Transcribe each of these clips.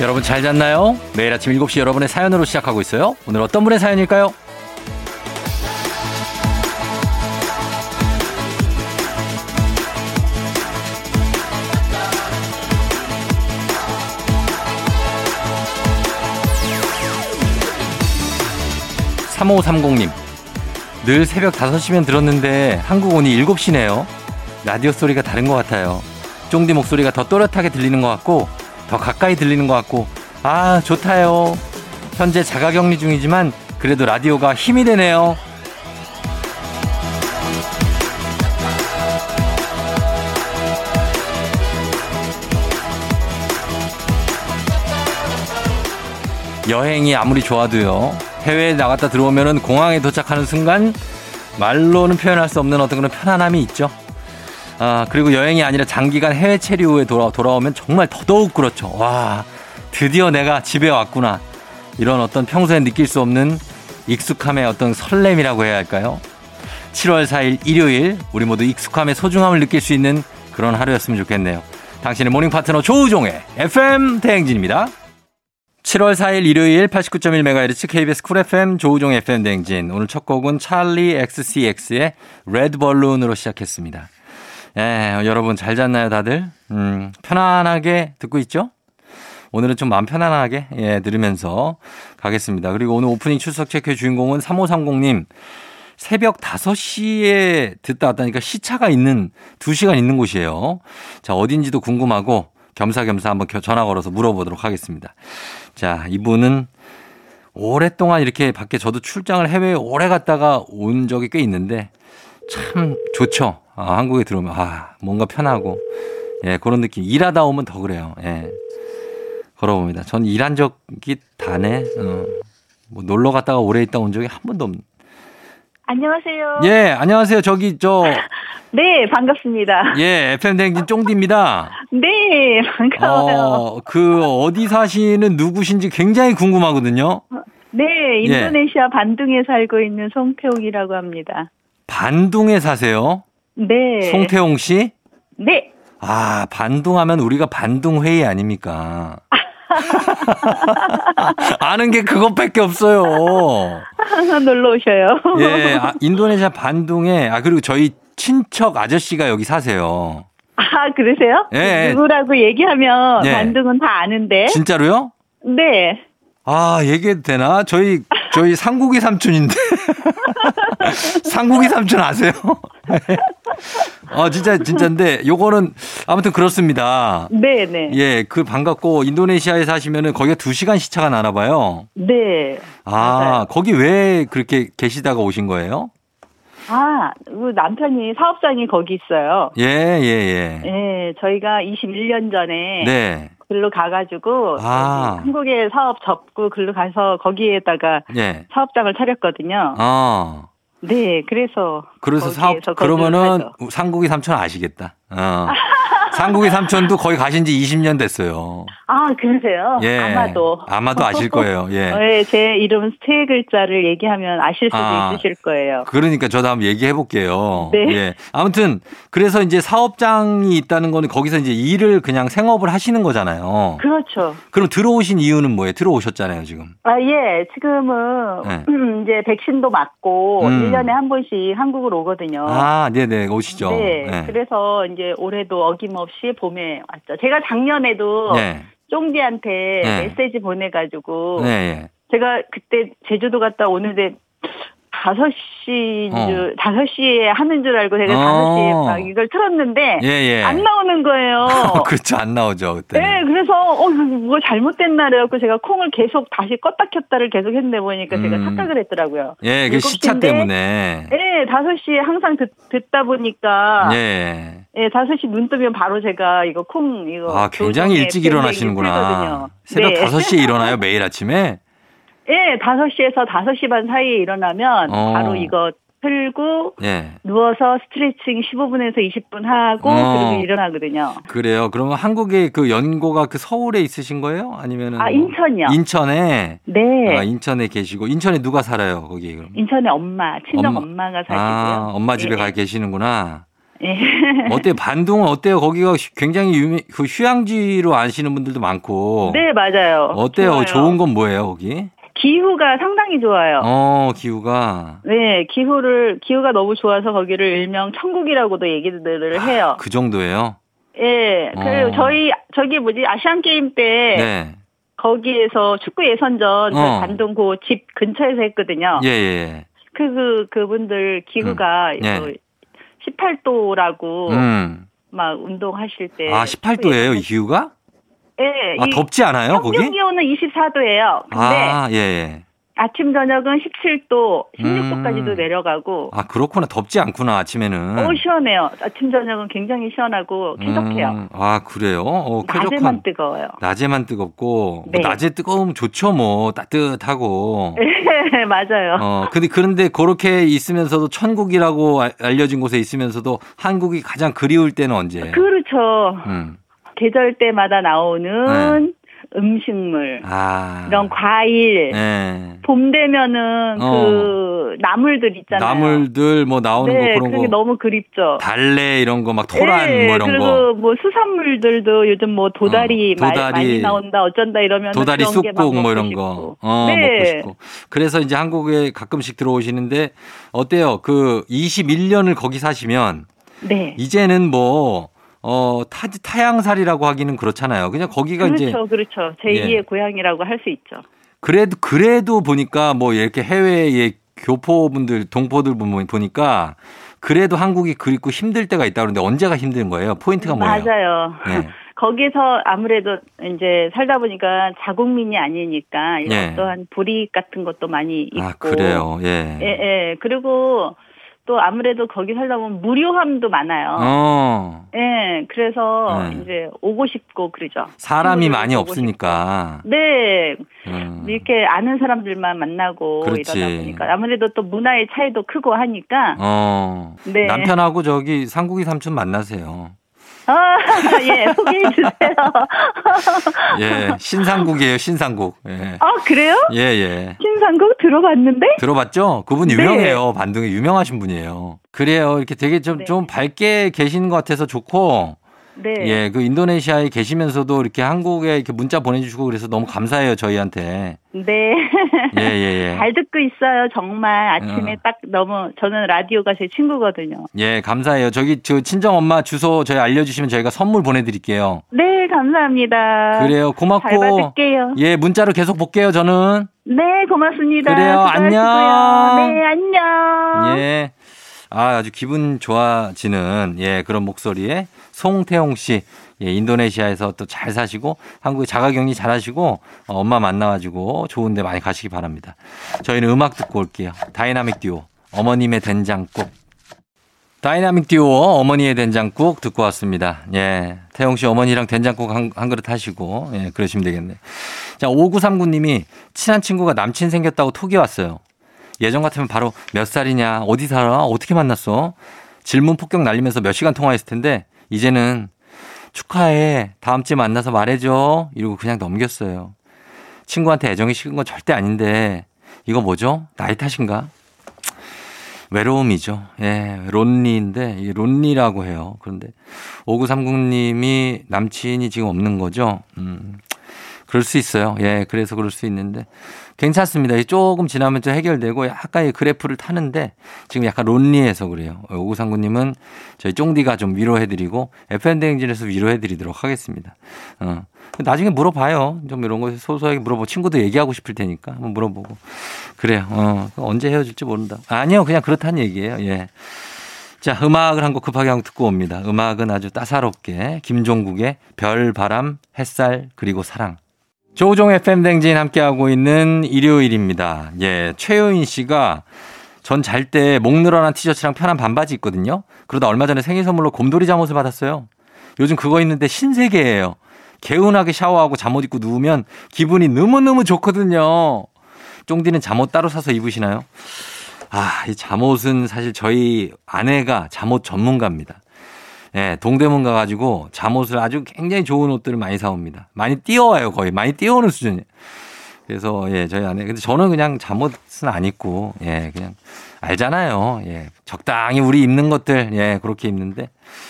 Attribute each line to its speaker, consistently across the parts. Speaker 1: 여러분 잘 잤나요? 매일 아침 7시 여러분의 사연으로 시작하고 있어요. 오늘 어떤 분의 사연일까요? 3530님. 늘 새벽 5시면 들었는데 한국 오니 7시네요. 라디오 소리가 다른 것 같아요. 쫑디 목소리가 더 또렷하게 들리는 것 같고 더 가까이 들리는 것 같고 아 좋다요. 현재 자가격리 중이지만 그래도 라디오가 힘이 되네요. 여행이 아무리 좋아도요. 해외에 나갔다 들어오면은 공항에 도착하는 순간 말로는 표현할 수 없는 어떤 그런 편안함이 있죠. 아, 그리고 여행이 아니라 장기간 해외 체류 후에 돌아, 돌아오면 정말 더더욱 그렇죠. 와, 드디어 내가 집에 왔구나. 이런 어떤 평소에 느낄 수 없는 익숙함의 어떤 설렘이라고 해야 할까요? 7월 4일 일요일, 우리 모두 익숙함의 소중함을 느낄 수 있는 그런 하루였으면 좋겠네요. 당신의 모닝 파트너 조우종의 FM 대행진입니다. 7월 4일 일요일 89.1MHz KBS 쿨 FM 조우종 FM 대행진. 오늘 첫 곡은 찰리 XCX의 레드 벌룬으로 시작했습니다. 예, 여러분 잘 잤나요, 다들? 음, 편안하게 듣고 있죠? 오늘은 좀 마음 편안하게 예, 들으면서 가겠습니다. 그리고 오늘 오프닝 출석 체크의 주인공은 3530님. 새벽 5시에 듣다 왔다니까 시차가 있는 2시간 있는 곳이에요. 자, 어딘지도 궁금하고 겸사겸사 한번 겨- 전화 걸어서 물어보도록 하겠습니다. 자, 이분은 오랫동안 이렇게 밖에 저도 출장을 해외에 오래 갔다가 온 적이 꽤 있는데 참 좋죠. 아, 한국에 들어오면 아 뭔가 편하고 예 그런 느낌. 일하다 오면 더 그래요. 예 걸어봅니다. 전 일한 적이 다네. 어. 뭐 놀러 갔다가 오래 있다 온 적이 한 번도 없.
Speaker 2: 안녕하세요.
Speaker 1: 예 안녕하세요. 저기
Speaker 2: 네, 반갑습니다.
Speaker 1: 저예 FM 대행진 쫑디입니다. 어,
Speaker 2: 네, 반가워요.
Speaker 1: 어그 어디 사시는 누구신지 굉장히 궁금하거든요. 예.
Speaker 2: 네, 인도네시아 반둥에 살고 있는 송태옥이라고 합니다.
Speaker 1: 반둥에 사세요.
Speaker 2: 네.
Speaker 1: 송태용 씨.
Speaker 2: 네.
Speaker 1: 아, 반둥하면 우리가 반둥회의 아닙니까? 아는 게 그것밖에 없어요.
Speaker 2: 항상 놀러 오셔요.
Speaker 1: 예, 아, 인도네시아 반둥에, 아, 그리고 저희 친척 아저씨가 여기 사세요.
Speaker 2: 아, 그러세요?
Speaker 1: 예, 예.
Speaker 2: 누구라고 얘기하면
Speaker 1: 예.
Speaker 2: 반둥은 다 아는데.
Speaker 1: 진짜로요?
Speaker 2: 네.
Speaker 1: 아, 얘기해도 되나? 저희, 저희 상국이 삼촌인데. 상국이 삼촌 아세요? 아, 진짜, 진짜인데, 요거는 아무튼 그렇습니다.
Speaker 2: 네, 네.
Speaker 1: 예, 그 반갑고, 인도네시아에 사시면은 거기가 두시간 시차가 나나 봐요.
Speaker 2: 네.
Speaker 1: 아,
Speaker 2: 맞아요.
Speaker 1: 거기 왜 그렇게 계시다가 오신 거예요?
Speaker 2: 아, 그 남편이 사업장이 거기 있어요.
Speaker 1: 예, 예, 예.
Speaker 2: 예, 저희가 21년 전에
Speaker 1: 네.
Speaker 2: 글로 가가지고
Speaker 1: 아.
Speaker 2: 한국의 사업 접고 글로 가서 거기에다가
Speaker 1: 예.
Speaker 2: 사업장을 차렸거든요.
Speaker 1: 어.
Speaker 2: 네, 그래서
Speaker 1: 그래서
Speaker 2: 거기에서
Speaker 1: 사업
Speaker 2: 거주를
Speaker 1: 그러면은
Speaker 2: 하죠.
Speaker 1: 상국이 삼촌 아시겠다. 어. 상국이 삼촌도 거의 가신 지 20년 됐어요.
Speaker 2: 아 그러세요?
Speaker 1: 예.
Speaker 2: 아마도
Speaker 1: 아마도 아실 거예요. 예.
Speaker 2: 네, 제 이름 세 글자를 얘기하면 아실 수도
Speaker 1: 아.
Speaker 2: 있으실 거예요.
Speaker 1: 그러니까 저도 한번 얘기해 볼게요.
Speaker 2: 네.
Speaker 1: 예. 아무튼 그래서 이제 사업장이 있다는 거는 거기서 이제 일을 그냥 생업을 하시는 거잖아요.
Speaker 2: 그렇죠.
Speaker 1: 그럼 들어오신 이유는 뭐예요? 들어오셨잖아요, 지금.
Speaker 2: 아, 예, 지금은
Speaker 1: 네.
Speaker 2: 이제 백신도 맞고
Speaker 1: 음.
Speaker 2: 일년에한 번씩 한국으로 오거든요.
Speaker 1: 아, 네, 네. 오시죠.
Speaker 2: 어. 네,
Speaker 1: 예.
Speaker 2: 그래서 이제 올해도 어김없이 봄에 왔죠. 제가 작년에도
Speaker 1: 네.
Speaker 2: 쫑디한테
Speaker 1: 네.
Speaker 2: 메시지 보내가지고
Speaker 1: 네, 예.
Speaker 2: 제가 그때 제주도 갔다 오는데 5시인
Speaker 1: 어.
Speaker 2: 줄, 5시에 하는 줄 알고 제가
Speaker 1: 어.
Speaker 2: 5시에 막 이걸 틀었는데
Speaker 1: 예, 예.
Speaker 2: 안 나오는 거예요.
Speaker 1: 그렇죠. 안 나오죠. 그때.
Speaker 2: 네, 그래서 어, 뭐 잘못됐나 그래갖고 제가 콩을 계속 다시 껐다 켰다를 계속 했는데 보니까 제가
Speaker 1: 음.
Speaker 2: 착각을 했더라고요.
Speaker 1: 예, 그
Speaker 2: 네. 일곱
Speaker 1: 시차
Speaker 2: 시인데?
Speaker 1: 때문에.
Speaker 2: 네, 5시에 항상 듣, 듣다 보니까
Speaker 1: 예.
Speaker 2: 예, 5시 눈 뜨면 바로 제가 이거 콩 이거
Speaker 1: 아, 굉장히
Speaker 2: 조종에
Speaker 1: 일찍
Speaker 2: 굉장히
Speaker 1: 일어나시는구나.
Speaker 2: 틀거든요.
Speaker 1: 새벽
Speaker 2: 네.
Speaker 1: 다섯 시에 일어나요, 매일 아침에?
Speaker 2: 예, 5시에서 5시 반 사이에 일어나면
Speaker 1: 어.
Speaker 2: 바로 이거 틀고
Speaker 1: 예.
Speaker 2: 누워서 스트레칭 15분에서 20분 하고
Speaker 1: 어.
Speaker 2: 그리고 일어나거든요.
Speaker 1: 그래요. 그러면 한국의 그 연고가 그 서울에 있으신 거예요? 아니면은
Speaker 2: 아,
Speaker 1: 뭐-
Speaker 2: 인천이요.
Speaker 1: 인천에
Speaker 2: 네.
Speaker 1: 아, 인천에 계시고 인천에 누가 살아요, 거기 그럼?
Speaker 2: 인천에 엄마, 친정
Speaker 1: 엄마.
Speaker 2: 엄마. 가 사시고요.
Speaker 1: 아, 엄마 집에
Speaker 2: 예.
Speaker 1: 가 계시는구나.
Speaker 2: 예.
Speaker 1: 어때요? 반동은 어때요? 거기가 휴- 굉장히 유명, 그 휴양지로 아시는 분들도 많고.
Speaker 2: 네, 맞아요.
Speaker 1: 어. 어때요?
Speaker 2: 좋아요.
Speaker 1: 좋은건 뭐예요, 거기?
Speaker 2: 기후가 상당히 좋아요.
Speaker 1: 어, 기후가.
Speaker 2: 네, 기후를 기후가 너무 좋아서 거기를 일명 천국이라고도 얘기들을 네, 해요.
Speaker 1: 그 정도예요?
Speaker 2: 예, 그
Speaker 1: 어.
Speaker 2: 저희 저기 뭐지 아시안 게임 때
Speaker 1: 네.
Speaker 2: 거기에서 축구 예선전 그
Speaker 1: 어.
Speaker 2: 반동 그 집 근처에서 했거든요.
Speaker 1: 예, 예.
Speaker 2: 그, 그 그분들 기후가
Speaker 1: 음, 예.
Speaker 2: 그 18도라고
Speaker 1: 예. 음.
Speaker 2: 막 운동하실 때
Speaker 1: 아, 18도예요, 이 기후가?
Speaker 2: 예,
Speaker 1: 아,
Speaker 2: 네, 이
Speaker 1: 덥지 않아요, 거기?
Speaker 2: 평균 기온은 24도예요. 근데
Speaker 1: 아, 예, 예.
Speaker 2: 아. 침 저녁은 17도, 16도까지도
Speaker 1: 음.
Speaker 2: 내려가고
Speaker 1: 아, 그렇구나. 덥지 않구나, 아침에는.
Speaker 2: 어 시원해요. 아침 저녁은 굉장히 시원하고 쾌적해요.
Speaker 1: 음, 아, 그래요? 어, 쾌적한.
Speaker 2: 낮에만 뜨거워요.
Speaker 1: 낮에만 뜨겁고,
Speaker 2: 네.
Speaker 1: 뭐 낮에 뜨거우면 좋죠, 뭐. 따뜻하고.
Speaker 2: 네, 맞아요.
Speaker 1: 어, 근데 그런데 그렇게 있으면서도 천국이라고 알- 알려진 곳에 있으면서도 한국이 가장 그리울 때는 언제예요?
Speaker 2: 그렇죠.
Speaker 1: 음.
Speaker 2: 계절 때마다 나오는 음식물,
Speaker 1: 네. 아.
Speaker 2: 이런 과일.
Speaker 1: 예.
Speaker 2: 봄 되면은
Speaker 1: 어.
Speaker 2: 그 나물들 있잖아요.
Speaker 1: 나물들 뭐 나오는
Speaker 2: 네,
Speaker 1: 거 그런 거
Speaker 2: 그게 너무 그립죠.
Speaker 1: 달래 이런 거 막 토란
Speaker 2: 네,
Speaker 1: 뭐 이런
Speaker 2: 그리고
Speaker 1: 거
Speaker 2: 뭐 수산물들도 요즘 뭐 도다리,
Speaker 1: 어,
Speaker 2: 마-
Speaker 1: 도다리.
Speaker 2: 많이 나온다 어쩐다 이러면
Speaker 1: 도다리 쑥국 뭐 이런 거. 어,
Speaker 2: 네.
Speaker 1: 먹고 싶고. 그래서 이제 한국에 가끔씩 들어오시는데 어때요? 그 21년을 거기 사시면
Speaker 2: 네.
Speaker 1: 이제는 뭐 어, 타, 타양살이라고 하기는 그렇잖아요. 그냥 거기가
Speaker 2: 그렇죠,
Speaker 1: 이제 예.
Speaker 2: 그렇죠. 제2의 고향이라고 할 수 있죠.
Speaker 1: 그래도 그래도 보니까 뭐 이렇게 해외의 교포분들 동포들 보면 보니까 그래도 한국이 그립고 힘들 때가 있다 그러는데 언제가 힘든 거예요? 포인트가 뭐예요?
Speaker 2: 맞아요.
Speaker 1: 예.
Speaker 2: 거기서 아무래도 이제 살다 보니까 자국민이 아니니까 이런
Speaker 1: 예.
Speaker 2: 또한 불이익 같은 것도 많이 있고.
Speaker 1: 아 그래요. 예.
Speaker 2: 예, 예. 그리고 또 아무래도 거기 살다 보면 무료함도 많아요.
Speaker 1: 어
Speaker 2: 예, 그래서
Speaker 1: 네.
Speaker 2: 이제 오고 싶고 그러죠.
Speaker 1: 사람이 많이
Speaker 2: 보고
Speaker 1: 없으니까.
Speaker 2: 네,
Speaker 1: 음.
Speaker 2: 이렇게 아는 사람들만 만나고
Speaker 1: 그렇지.
Speaker 2: 이러다 보니까 아무래도 또 문화의 차이도 크고 하니까.
Speaker 1: 어
Speaker 2: 네.
Speaker 1: 남편하고 저기 상국이 삼촌 만나세요.
Speaker 2: 아, 예, 소개해 주세요.
Speaker 1: 예 신상국이에요 신상국. 예
Speaker 2: 아, 그래요?
Speaker 1: 예. 예.
Speaker 2: 신상국 들어봤는데?
Speaker 1: 들어봤죠? 그분
Speaker 2: 네.
Speaker 1: 유명해요. 반동에 유명하신 분이에요. 그래요. 이렇게 되게 좀,
Speaker 2: 네.
Speaker 1: 좀 밝게 계신 것 같아서 좋고,
Speaker 2: 네.
Speaker 1: 예, 그 인도네시아에 계시면서도 이렇게 한국에 이렇게 문자 보내주시고 그래서 너무 감사해요, 저희한테.
Speaker 2: 네.
Speaker 1: 예, 예, 예.
Speaker 2: 잘 듣고 있어요. 정말 아침에
Speaker 1: 어.
Speaker 2: 딱 너무 저는 라디오가 제 친구거든요.
Speaker 1: 예, 감사해요. 저기 저 친정 엄마 주소 저희 알려주시면 저희가 선물 보내드릴게요.
Speaker 2: 네, 감사합니다.
Speaker 1: 그래요.
Speaker 2: 아, 잘
Speaker 1: 고맙고.
Speaker 2: 받을게요.
Speaker 1: 예, 문자로 계속 볼게요, 저는.
Speaker 2: 네, 고맙습니다.
Speaker 1: 예. 그래요,
Speaker 2: 수고하시고요.
Speaker 1: 안녕.
Speaker 2: 네, 안녕.
Speaker 1: 예. 아, 아주 기분 좋아지는 예, 그런 목소리에 송태홍 씨. 예, 인도네시아에서 또 잘 사시고 한국에 자가 격리 잘 하시고 어, 엄마 만나 가지고 좋은 데 많이 가시기 바랍니다. 저희는 음악 듣고 올게요. 다이나믹 듀오. 어머님의 된장국. 다이나믹 듀오 어머니의 된장국 듣고 왔습니다. 예. 태용 씨 어머니랑 된장국 한, 한 그릇 하시고 예, 그러시면 되겠네. 자, 5939 님이 친한 친구가 남친 생겼다고 톡이 왔어요. 예전 같으면 바로 몇 살이냐, 어디 살아, 어떻게 만났어? 질문 폭격 날리면서 몇 시간 통화했을 텐데 이제는 축하해. 다음 주에 만나서 말해줘. 이러고 그냥 넘겼어요. 친구한테 애정이 식은 건 절대 아닌데 이거 뭐죠? 나이 탓인가? 외로움이죠. 예, 론리인데 이 론리라고 해요. 그런데 5930님이 남친이 지금 없는 거죠. 음. 그럴 수 있어요. 예, 그래서 그럴 수 있는데 괜찮습니다. 이게 조금 지나면 좀 해결되고 약간 이 그래프를 타는데 지금 약간 론리해서 그래요. 오구상구님은 저희 쫑디가 좀 위로해드리고 FM 대행진에서 위로해드리도록 하겠습니다. 어. 나중에 물어봐요. 좀 이런 거 소소하게 물어보고 친구도 얘기하고 싶을 테니까 한번 물어보고 그래요. 어, 언제 헤어질지 모른다. 아니요, 그냥 그렇다는 얘기예요. 예. 자, 음악을 한 곡 급하게 한곡 듣고 옵니다. 음악은 아주 따사롭게 김종국의 별, 바람, 햇살, 그리고 사랑. 조종 FM 댕진 함께하고 있는 일요일입니다. 예, 최효인 씨가 전 잘 때 목 늘어난 티셔츠랑 편한 반바지 있거든요. 그러다 얼마 전에 생일 선물로 곰돌이 잠옷을 받았어요. 요즘 그거 있는데 신세계예요. 개운하게 샤워하고 잠옷 입고 누우면 기분이 너무너무 좋거든요. 쫑디는 잠옷 따로 사서 입으시나요? 아, 이 잠옷은 사실 저희 아내가 잠옷 전문가입니다. 예, 동대문 가가지고 잠옷을 아주 굉장히 좋은 옷들을 많이 사옵니다. 많이 띄워와요, 거의. 많이 띄워오는 수준이에요. 그래서 예 저희 아내 근데 저는 그냥 잠옷은 안 입고 예 그냥 알잖아요 예 적당히 우리 입는 것들 예 그렇게 입는데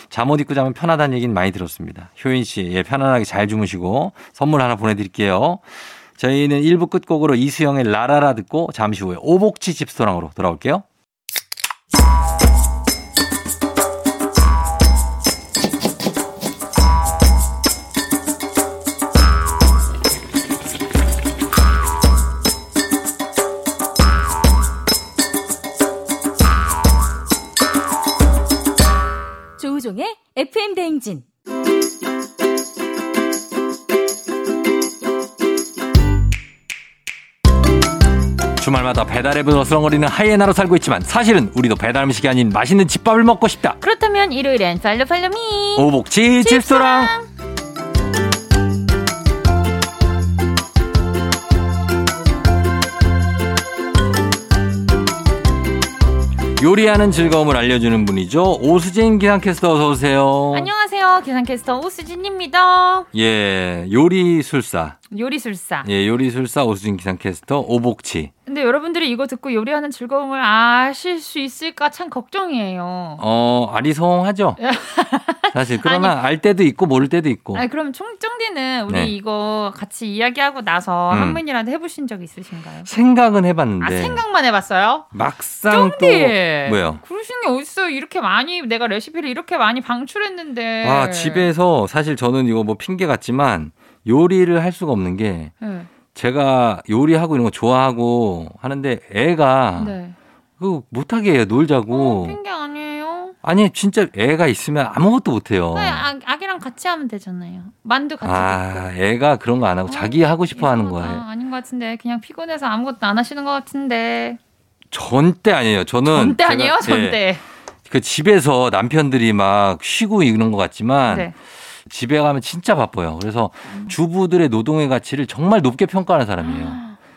Speaker 1: 잠옷 입고 자면 편하다는 얘기는 많이 들었습니다 효인 씨예 편안하게 잘 주무시고 선물 하나 보내드릴게요 저희는 1부 끝곡으로 이수영의 라라라 듣고 잠시 후에 오복치 집소랑으로 돌아올게요.
Speaker 3: 조우종의 FM 대행진.
Speaker 1: 주말마다 배달앱을 어슬렁거리는 하이에나로 살고 있지만 사실은 우리도 배달 음식이 아닌 맛있는 집밥을 먹고 싶다.
Speaker 3: 그렇다면 일요일엔 팔로 팔로미.
Speaker 1: 어. 오복치 집소랑. 요리하는 즐거움을 알려주는 분이죠. 오수진 기상캐스터 어서 오세요.
Speaker 3: 안녕하세요. 계산캐스터 오수진입니다.
Speaker 1: 예, 요리술사.
Speaker 3: 요리술사.
Speaker 1: 예, 요리술사 오수진 기상캐스터 오복치.
Speaker 3: 근데 여러분들이 이거 듣고 요리하는 즐거움을 아실 수 있을까 참 걱정이에요.
Speaker 1: 어, 아리송하죠? 사실 그러나 알 때도 있고 모를 때도 있고.
Speaker 3: 아니 그럼 총정디는 우리
Speaker 1: 네.
Speaker 3: 이거 같이 이야기하고 나서
Speaker 1: 음.
Speaker 3: 한 분이라도 해보신 적 있으신가요?
Speaker 1: 생각은
Speaker 3: 아
Speaker 1: 해봤는데
Speaker 3: 생각만 해봤어요?
Speaker 1: 막상 또
Speaker 3: 쫑디
Speaker 1: 뭐요?
Speaker 3: 그러시는 게 어딨어요? 이렇게 많이 내가 레시피를 이렇게 많이 방출했는데.
Speaker 1: 와 아, 집에서 사실 저는 이거 뭐 핑계 같지만 요리를 할 수가 없는 게
Speaker 3: 네.
Speaker 1: 제가 요리하고 이런 거 좋아하고 하는데 애가
Speaker 3: 네.
Speaker 1: 그 못하게 해요
Speaker 3: 어,
Speaker 1: 놀자고
Speaker 3: 핑계 아니에요.
Speaker 1: 아니 진짜 애가 있으면 아무것도 못해요
Speaker 3: 네, 아, 아기랑 같이 하면 되잖아요. 만두 같이.
Speaker 1: 어. 아 애가 그런 거 안 하고
Speaker 3: 어,
Speaker 1: 자기 하고
Speaker 3: 먹고.
Speaker 1: 싶어 하는
Speaker 3: 이상하다.
Speaker 1: 거예요
Speaker 3: 아닌 것 같은데 그냥 피곤해서 아무것도 안 하시는 것 같은데.
Speaker 1: 전대 아니에요 저는
Speaker 3: 전대
Speaker 1: 제가-
Speaker 3: 아니에요?
Speaker 1: 예,
Speaker 3: 전대.
Speaker 1: 그 집에서 남편들이 막 쉬고 이런 것 같지만
Speaker 3: 네.
Speaker 1: 집에 가면 진짜 바빠요. 그래서
Speaker 3: 음.
Speaker 1: 주부들의 노동의 가치를 정말 높게 평가하는
Speaker 3: 아.
Speaker 1: 사람이에요.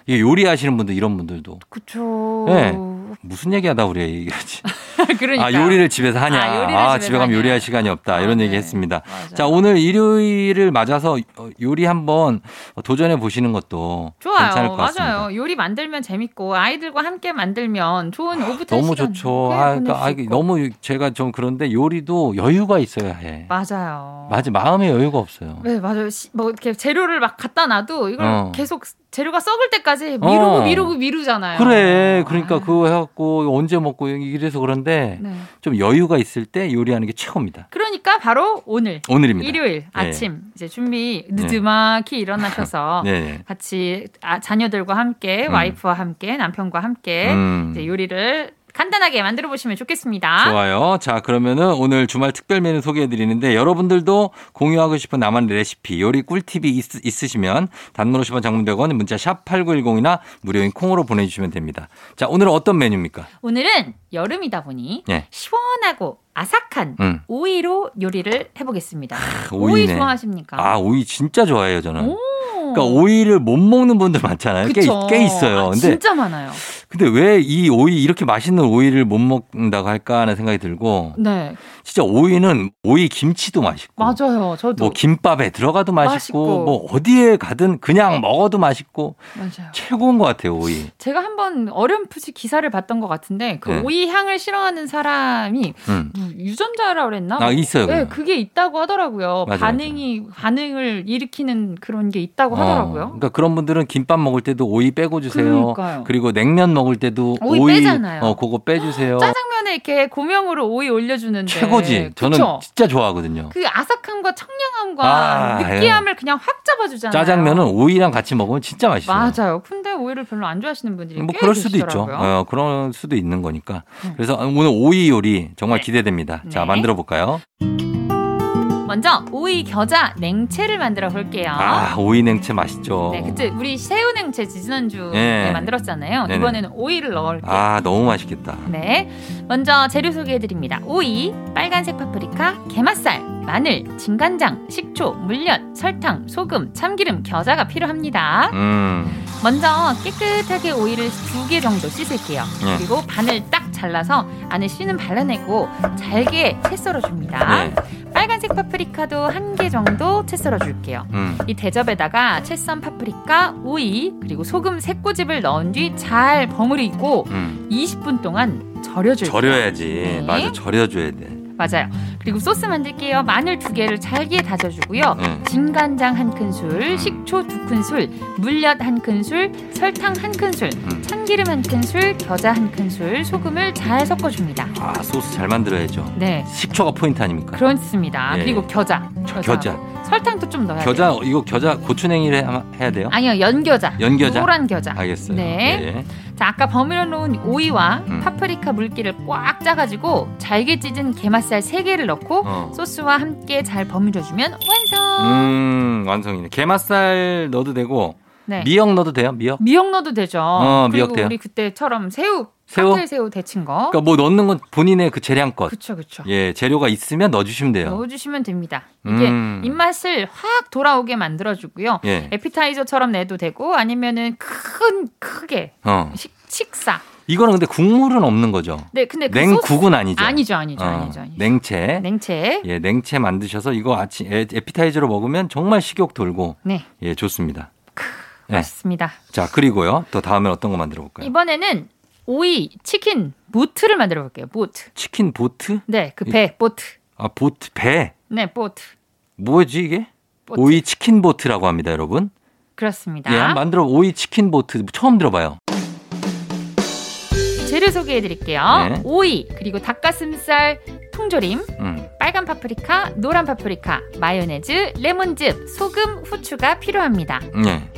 Speaker 1: 이게 요리하시는 분들 이런 분들도
Speaker 3: 그쵸.
Speaker 1: 네. 무슨 얘기하다 우리 얘기하지?
Speaker 3: 그러니까.
Speaker 1: 아 요리를 집에서 하냐?
Speaker 3: 아,
Speaker 1: 아,
Speaker 3: 요리를 집에서
Speaker 1: 집에 가면
Speaker 3: 하냐.
Speaker 1: 요리할 시간이 없다
Speaker 3: 아,
Speaker 1: 이런
Speaker 3: 네.
Speaker 1: 얘기했습니다.
Speaker 3: 맞아요.
Speaker 1: 자 오늘 일요일을 맞아서 어, 요리 한번 도전해 보시는 것도
Speaker 3: 좋아요.
Speaker 1: 괜찮을 것 같습니다.
Speaker 3: 맞아요. 요리 만들면 재밌고 아이들과 함께 만들면 좋은 오후 때
Speaker 1: 아, 너무
Speaker 3: 시간
Speaker 1: 좋죠.
Speaker 3: 꽤
Speaker 1: 아,
Speaker 3: 보낼
Speaker 1: 그러니까
Speaker 3: 수
Speaker 1: 아,
Speaker 3: 있고.
Speaker 1: 너무 제가 좀 그런데 요리도 여유가 있어야 해.
Speaker 3: 맞아요.
Speaker 1: 맞아 마음의 여유가 없어요.
Speaker 3: 네 맞아요. 시- 뭐 이렇게 재료를 막 갖다 놔도 이걸
Speaker 1: 어.
Speaker 3: 계속 재료가 썩을 때까지 미루고
Speaker 1: 어.
Speaker 3: 미루고 미루잖아요.
Speaker 1: 그래. 그러니까
Speaker 3: 아,
Speaker 1: 그거 해갖고 언제 먹고 이래서 그런데
Speaker 3: 네.
Speaker 1: 좀 여유가 있을 때 요리하는 게 최고입니다.
Speaker 3: 그러니까 바로 오늘
Speaker 1: 오늘입니다. 네.
Speaker 3: 일요일 아침 이제 준비 느드막히 일어나셔서
Speaker 1: 네.
Speaker 3: 같이 아, 자녀들과 함께
Speaker 1: 음.
Speaker 3: 와이프와 함께 남편과 함께
Speaker 1: 음.
Speaker 3: 네. 이제 요리를 간단하게 만들어 보시면 좋겠습니다.
Speaker 1: 좋아요. 자, 그러면은 오늘 주말 특별 메뉴 소개해 드리는데 여러분들도 공유하고 싶은 나만의 레시피, 요리 꿀팁이 있, 으시면 단문 50원 장문백원 문자 샵 8910이나 무료인 콩으로 보내 주시면 됩니다. 자, 오늘은 어떤 메뉴입니까?
Speaker 3: 오늘은 여름이다 보니
Speaker 1: 예.
Speaker 3: 시원하고 아삭한
Speaker 1: 음. 아,
Speaker 3: 오이로 요리를 해보겠습니다. 오이
Speaker 1: 오이네.
Speaker 3: 좋아하십니까?
Speaker 1: 아, 오이 진짜 좋아해요, 저는.
Speaker 3: 오.
Speaker 1: 그러니까 오이를 못 먹는 분들 많잖아요. 꽤,
Speaker 3: 그쵸.
Speaker 1: 꽤 있어요.
Speaker 3: 아,
Speaker 1: 근데
Speaker 3: 진짜 많아요.
Speaker 1: 근데 왜 이 오이 이렇게 맛있는 오이를 못 먹는다고 할까 하는 생각이 들고
Speaker 3: 네,
Speaker 1: 진짜 오이는 오이 김치도 맛있고
Speaker 3: 맞아요. 저도
Speaker 1: 뭐 김밥에 들어가도 맛있고,
Speaker 3: 맛있고. 네.
Speaker 1: 뭐 어디에 가든 그냥 먹어도 맛있고
Speaker 3: 맞아요.
Speaker 1: 최고인 것 같아요 오이.
Speaker 3: 제가 한번 어렴풋이 기사를 봤던 것 같은데 그
Speaker 1: 네.
Speaker 3: 오이 향을 싫어하는 사람이
Speaker 1: 음.
Speaker 3: 뭐 유전자라 그랬나?
Speaker 1: 아 있어요.
Speaker 3: 네,
Speaker 1: 그거.
Speaker 3: 그게 있다고 하더라고요.
Speaker 1: 맞아,
Speaker 3: 반응이 반응을 일으키는 그런 게 있다고
Speaker 1: 어,
Speaker 3: 하더라고요.
Speaker 1: 그러니까 그런 분들은 김밥 먹을 때도 오이 빼고 주세요.
Speaker 3: 그러니까요.
Speaker 1: 리고 냉면 먹을 때도
Speaker 3: 오이 빼잖아요.
Speaker 1: 어 그거 빼주세요.
Speaker 3: 짜장면에 이렇게 고명으로 오이 올려주는데
Speaker 1: 최고지. 저는
Speaker 3: 그쵸?
Speaker 1: 진짜 좋아하거든요.
Speaker 3: 그 아삭함과 청량함과
Speaker 1: 아,
Speaker 3: 느끼함을 그냥 확 잡아주잖아요.
Speaker 1: 짜장면은 오이랑 같이 먹으면 진짜 맛있어요.
Speaker 3: 맞아요. 근데 오이를 별로 안 좋아하시는 분들이
Speaker 1: 뭐
Speaker 3: 꽤
Speaker 1: 그럴 수도 있죠.
Speaker 3: 계시더라고요.
Speaker 1: 어, 그럴 수도 있는 거니까.
Speaker 3: 음.
Speaker 1: 그래서 오늘 오이 요리 정말 기대됩니다. 자,
Speaker 3: 네.
Speaker 1: 만들어 볼까요?
Speaker 3: 먼저 오이 겨자 냉채를 만들어 볼게요.
Speaker 1: 어. 아, 오이 냉채 맛있죠.
Speaker 3: 네, 그때 우리 새우 냉채 지난주에
Speaker 1: 어. 네.
Speaker 3: 만들었잖아요.
Speaker 1: 네네.
Speaker 3: 이번에는 오이를 넣을게요.
Speaker 1: 아, 너무 맛있겠다.
Speaker 3: 네. 먼저 재료 소개해드립니다. 오이, 빨간색 파프리카, 게맛살, 마늘, 진간장, 식초, 물엿, 설탕, 소금, 참기름, 겨자가 필요합니다.
Speaker 1: 음.
Speaker 3: 먼저 깨끗하게 오이를 두 개 정도 씻을게요.
Speaker 1: 예.
Speaker 3: 그리고 반을 딱 잘라서 안에 씨는 발라내고 잘게 채 썰어줍니다.
Speaker 1: 네.
Speaker 3: 빨간색 파프리카도 한 개 정도 채 썰어줄게요.
Speaker 1: 음.
Speaker 3: 이 대접에다가 채썬 파프리카, 오이, 그리고 소금 세 꼬집을 넣은 뒤 잘 버무리고
Speaker 1: 음.
Speaker 3: 20분 동안 절여줄게요.
Speaker 1: 절여야지.
Speaker 3: 네.
Speaker 1: 맞아. 절여줘야 돼.
Speaker 3: 맞아요. 그리고 소스 만들게요. 마늘 두 개를 잘게 다져주고요.
Speaker 1: 네.
Speaker 3: 진간장 한 큰술, 식초 두 큰술, 물엿 한 큰술, 설탕 한 큰술,
Speaker 1: 음.
Speaker 3: 참기름 한 큰술, 겨자 한 큰술, 소금을 잘 섞어줍니다.
Speaker 1: 아, 소스 잘 만들어야죠.
Speaker 3: 네,
Speaker 1: 식초가 포인트 아닙니까?
Speaker 3: 그렇습니다.
Speaker 1: 예.
Speaker 3: 그리고 겨자,
Speaker 1: 겨자.
Speaker 3: 설탕도 좀 넣어야 돼요.
Speaker 1: 겨자 이거 겨자 고추냉이를 해야, 해야 돼요?
Speaker 3: 아니요, 연겨자.
Speaker 1: 연겨자?
Speaker 3: 노란 겨자.
Speaker 1: 알겠어요.
Speaker 3: 네.
Speaker 1: 예.
Speaker 3: 자, 아까 버무려 놓은 오이와
Speaker 1: 음.
Speaker 3: 파프리카 물기를 꽉 짜가지고 잘게 찢은 게맛살 세개를 넣고
Speaker 1: 어.
Speaker 3: 소스와 함께 잘 버무려주면 완성!
Speaker 1: 음, 완성이네. 게맛살 넣어도 되고
Speaker 3: 네.
Speaker 1: 미역 넣어도 돼요. 미역.
Speaker 3: 미역 넣어도 되죠.
Speaker 1: 어,
Speaker 3: 그리고
Speaker 1: 미역 돼요.
Speaker 3: 우리 그때처럼 새우,
Speaker 1: 새우?
Speaker 3: 칵테일 새우 데친 거.
Speaker 1: 그러니까 뭐 넣는 건 본인의 그 재량껏.
Speaker 3: 그쵸, 그쵸.
Speaker 1: 예, 재료가 있으면 넣어주시면 돼요.
Speaker 3: 넣어주시면 됩니다. 이게
Speaker 1: 음.
Speaker 3: 입맛을 확 돌아오게 만들어주고요.
Speaker 1: 예.
Speaker 3: 에피타이저처럼 내도 되고 아니면은 큰 크게
Speaker 1: 어.
Speaker 3: 식, 식사.
Speaker 1: 이거는 근데 국물은 없는 거죠.
Speaker 3: 네, 근데 그 소스-
Speaker 1: 냉국은 아니죠.
Speaker 3: 아니죠, 아니죠,
Speaker 1: 어,
Speaker 3: 아니죠. 아니죠.
Speaker 1: 냉채.
Speaker 3: 냉채.
Speaker 1: 예, 냉채 만드셔서 이거 아침 에- 에피타이저로 먹으면 정말 식욕 돌고
Speaker 3: 네,
Speaker 1: 예, 좋습니다. 네.
Speaker 3: 맞습니다.
Speaker 1: 자, 그리고요. 또 다음에 어떤 거 만들어 볼까요?
Speaker 3: 이번에는 오이 치킨 보트를 만들어 볼게요. 보트.
Speaker 1: 치킨 보트?
Speaker 3: 네, 그 배 보트.
Speaker 1: 아, 보트 배.
Speaker 3: 네, 보트.
Speaker 1: 뭐지 이게?
Speaker 3: 보트.
Speaker 1: 오이 치킨 보트라고 합니다, 여러분.
Speaker 3: 그렇습니다.
Speaker 1: 예, 한번 만들어 오이 치킨 보트 처음 들어봐요.
Speaker 3: 재료 소개해 드릴게요.
Speaker 1: 네.
Speaker 3: 오이, 그리고 닭가슴살, 통조림,
Speaker 1: 음.
Speaker 3: 빨간 파프리카, 노란 파프리카, 마요네즈, 레몬즙, 소금, 후추가 필요합니다.
Speaker 1: 예.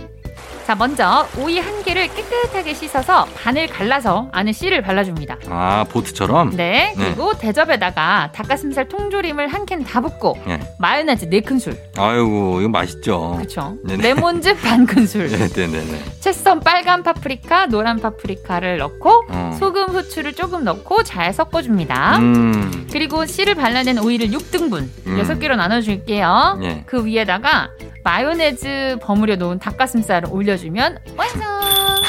Speaker 3: 자, 먼저 오이 한 개를 깨끗하게 씻어서 반을 갈라서 안에 씨를 발라줍니다.
Speaker 1: 아, 보트처럼.
Speaker 3: 네, 그리고 대접에다가 닭가슴살 통조림을 한 캔 다 붓고
Speaker 1: 예.
Speaker 3: 마요네즈 네 큰술,
Speaker 1: 아이고, 이거 맛있죠.
Speaker 3: 그렇죠?
Speaker 1: 네네.
Speaker 3: 레몬즙 반 큰술,
Speaker 1: 네, 네, 네, 네.
Speaker 3: 채썬 빨간 파프리카, 노란 파프리카를 넣고
Speaker 1: 어.
Speaker 3: 소금, 후추를 조금 넣고 잘 섞어줍니다.
Speaker 1: 음.
Speaker 3: 그리고 씨를 발라낸 오이를 6등분
Speaker 1: 음.
Speaker 3: 6개로 나눠줄게요.
Speaker 1: 예.
Speaker 3: 그 위에다가 마요네즈 버무려 놓은 닭가슴살을 올려주면 완성!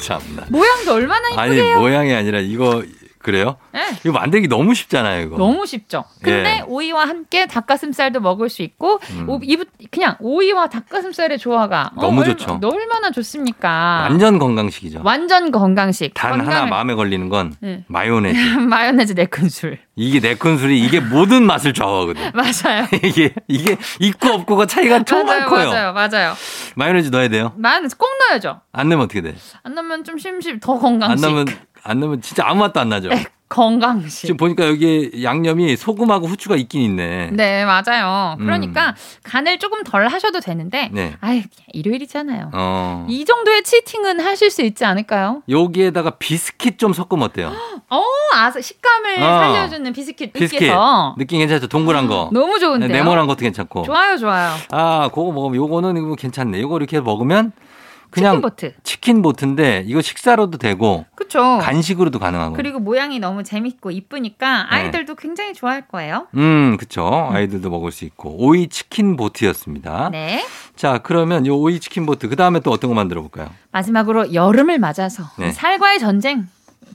Speaker 1: 참나.
Speaker 3: 모양도 얼마나
Speaker 1: 아니,
Speaker 3: 이쁘게
Speaker 1: 모양이 아니라 이거 그래요?
Speaker 3: 예,
Speaker 1: 이거 만들기 너무 쉽잖아요, 이거.
Speaker 3: 너무 쉽죠. 근데
Speaker 1: 예.
Speaker 3: 오이와 함께 닭가슴살도 먹을 수 있고
Speaker 1: 음.
Speaker 3: 오, 이 그냥 오이와 닭가슴살의 조화가
Speaker 1: 너무
Speaker 3: 얼-
Speaker 1: 좋죠.
Speaker 3: 얼마나 좋습니까?
Speaker 1: 완전 건강식이죠.
Speaker 3: 아. 완전 건강식.
Speaker 1: 단 하나
Speaker 3: 건강을-
Speaker 1: 마음에 걸리는 건
Speaker 3: 네.
Speaker 1: 마요네즈.
Speaker 3: 마요네즈 네 큰술.
Speaker 1: 이게 내 큰술이 이게 모든 맛을 좌우하거든.
Speaker 3: 맞아요.
Speaker 1: 이게 이게 있고 없고가 차이가 정말
Speaker 3: 맞아요,
Speaker 1: 커요.
Speaker 3: 맞아요, 맞아요.
Speaker 1: 마요네즈 넣어야 돼요.
Speaker 3: 마요네즈 꼭 넣어야죠.
Speaker 1: 안 넣으면 어떻게 돼?
Speaker 3: 안 넣으면 좀 심심 더
Speaker 1: 안
Speaker 3: 건강식. 네,
Speaker 1: 넣으면 안 넣으면 진짜 아무 맛도 안 나죠.
Speaker 3: 건강식.
Speaker 1: 지금 보니까 여기 양념이 소금하고 후추가 있긴 있네.
Speaker 3: 네, 맞아요.
Speaker 1: 음.
Speaker 3: 그러니까 간을 조금 덜 하셔도 되는데,
Speaker 1: 네.
Speaker 3: 아이, 일요일이잖아요.
Speaker 1: 어.
Speaker 3: 이 정도의 치팅은 하실 수 있지 않을까요?
Speaker 1: 여기에다가 비스킷 좀 섞으면 어때요?
Speaker 3: 어, 아, 식감을
Speaker 1: 어.
Speaker 3: 살려주는 비스킷
Speaker 1: 비스킷.
Speaker 3: 느껴서
Speaker 1: 느낌 괜찮죠? 동그란 거.
Speaker 3: 너무 좋은데요.
Speaker 1: 네모난 것도 괜찮고.
Speaker 3: 좋아요, 좋아요.
Speaker 1: 아, 그거 먹으면 요거는 이거 괜찮네. 요거 이렇게 먹으면 그냥
Speaker 3: 치킨버트.
Speaker 1: 치킨 보트인데 이거 식사로도 되고
Speaker 3: 그쵸.
Speaker 1: 간식으로도 가능하고.
Speaker 3: 어. 그리고 모양이 너무 재밌고
Speaker 1: 뭐.
Speaker 3: 이쁘니까
Speaker 1: 네.
Speaker 3: 아이들도 굉장히 좋아할 거예요.
Speaker 1: 음, 그쵸. 아이들도 먹을 수 있고. 오이 치킨 보트였습니다.
Speaker 3: 네.
Speaker 1: 자, 그러면 요 오이 치킨 보트. 그 다음에 또 어떤 거 만들어 볼까요?
Speaker 3: 마지막으로 여름을 맞아서
Speaker 1: 네. 음.
Speaker 3: 살과의 전쟁,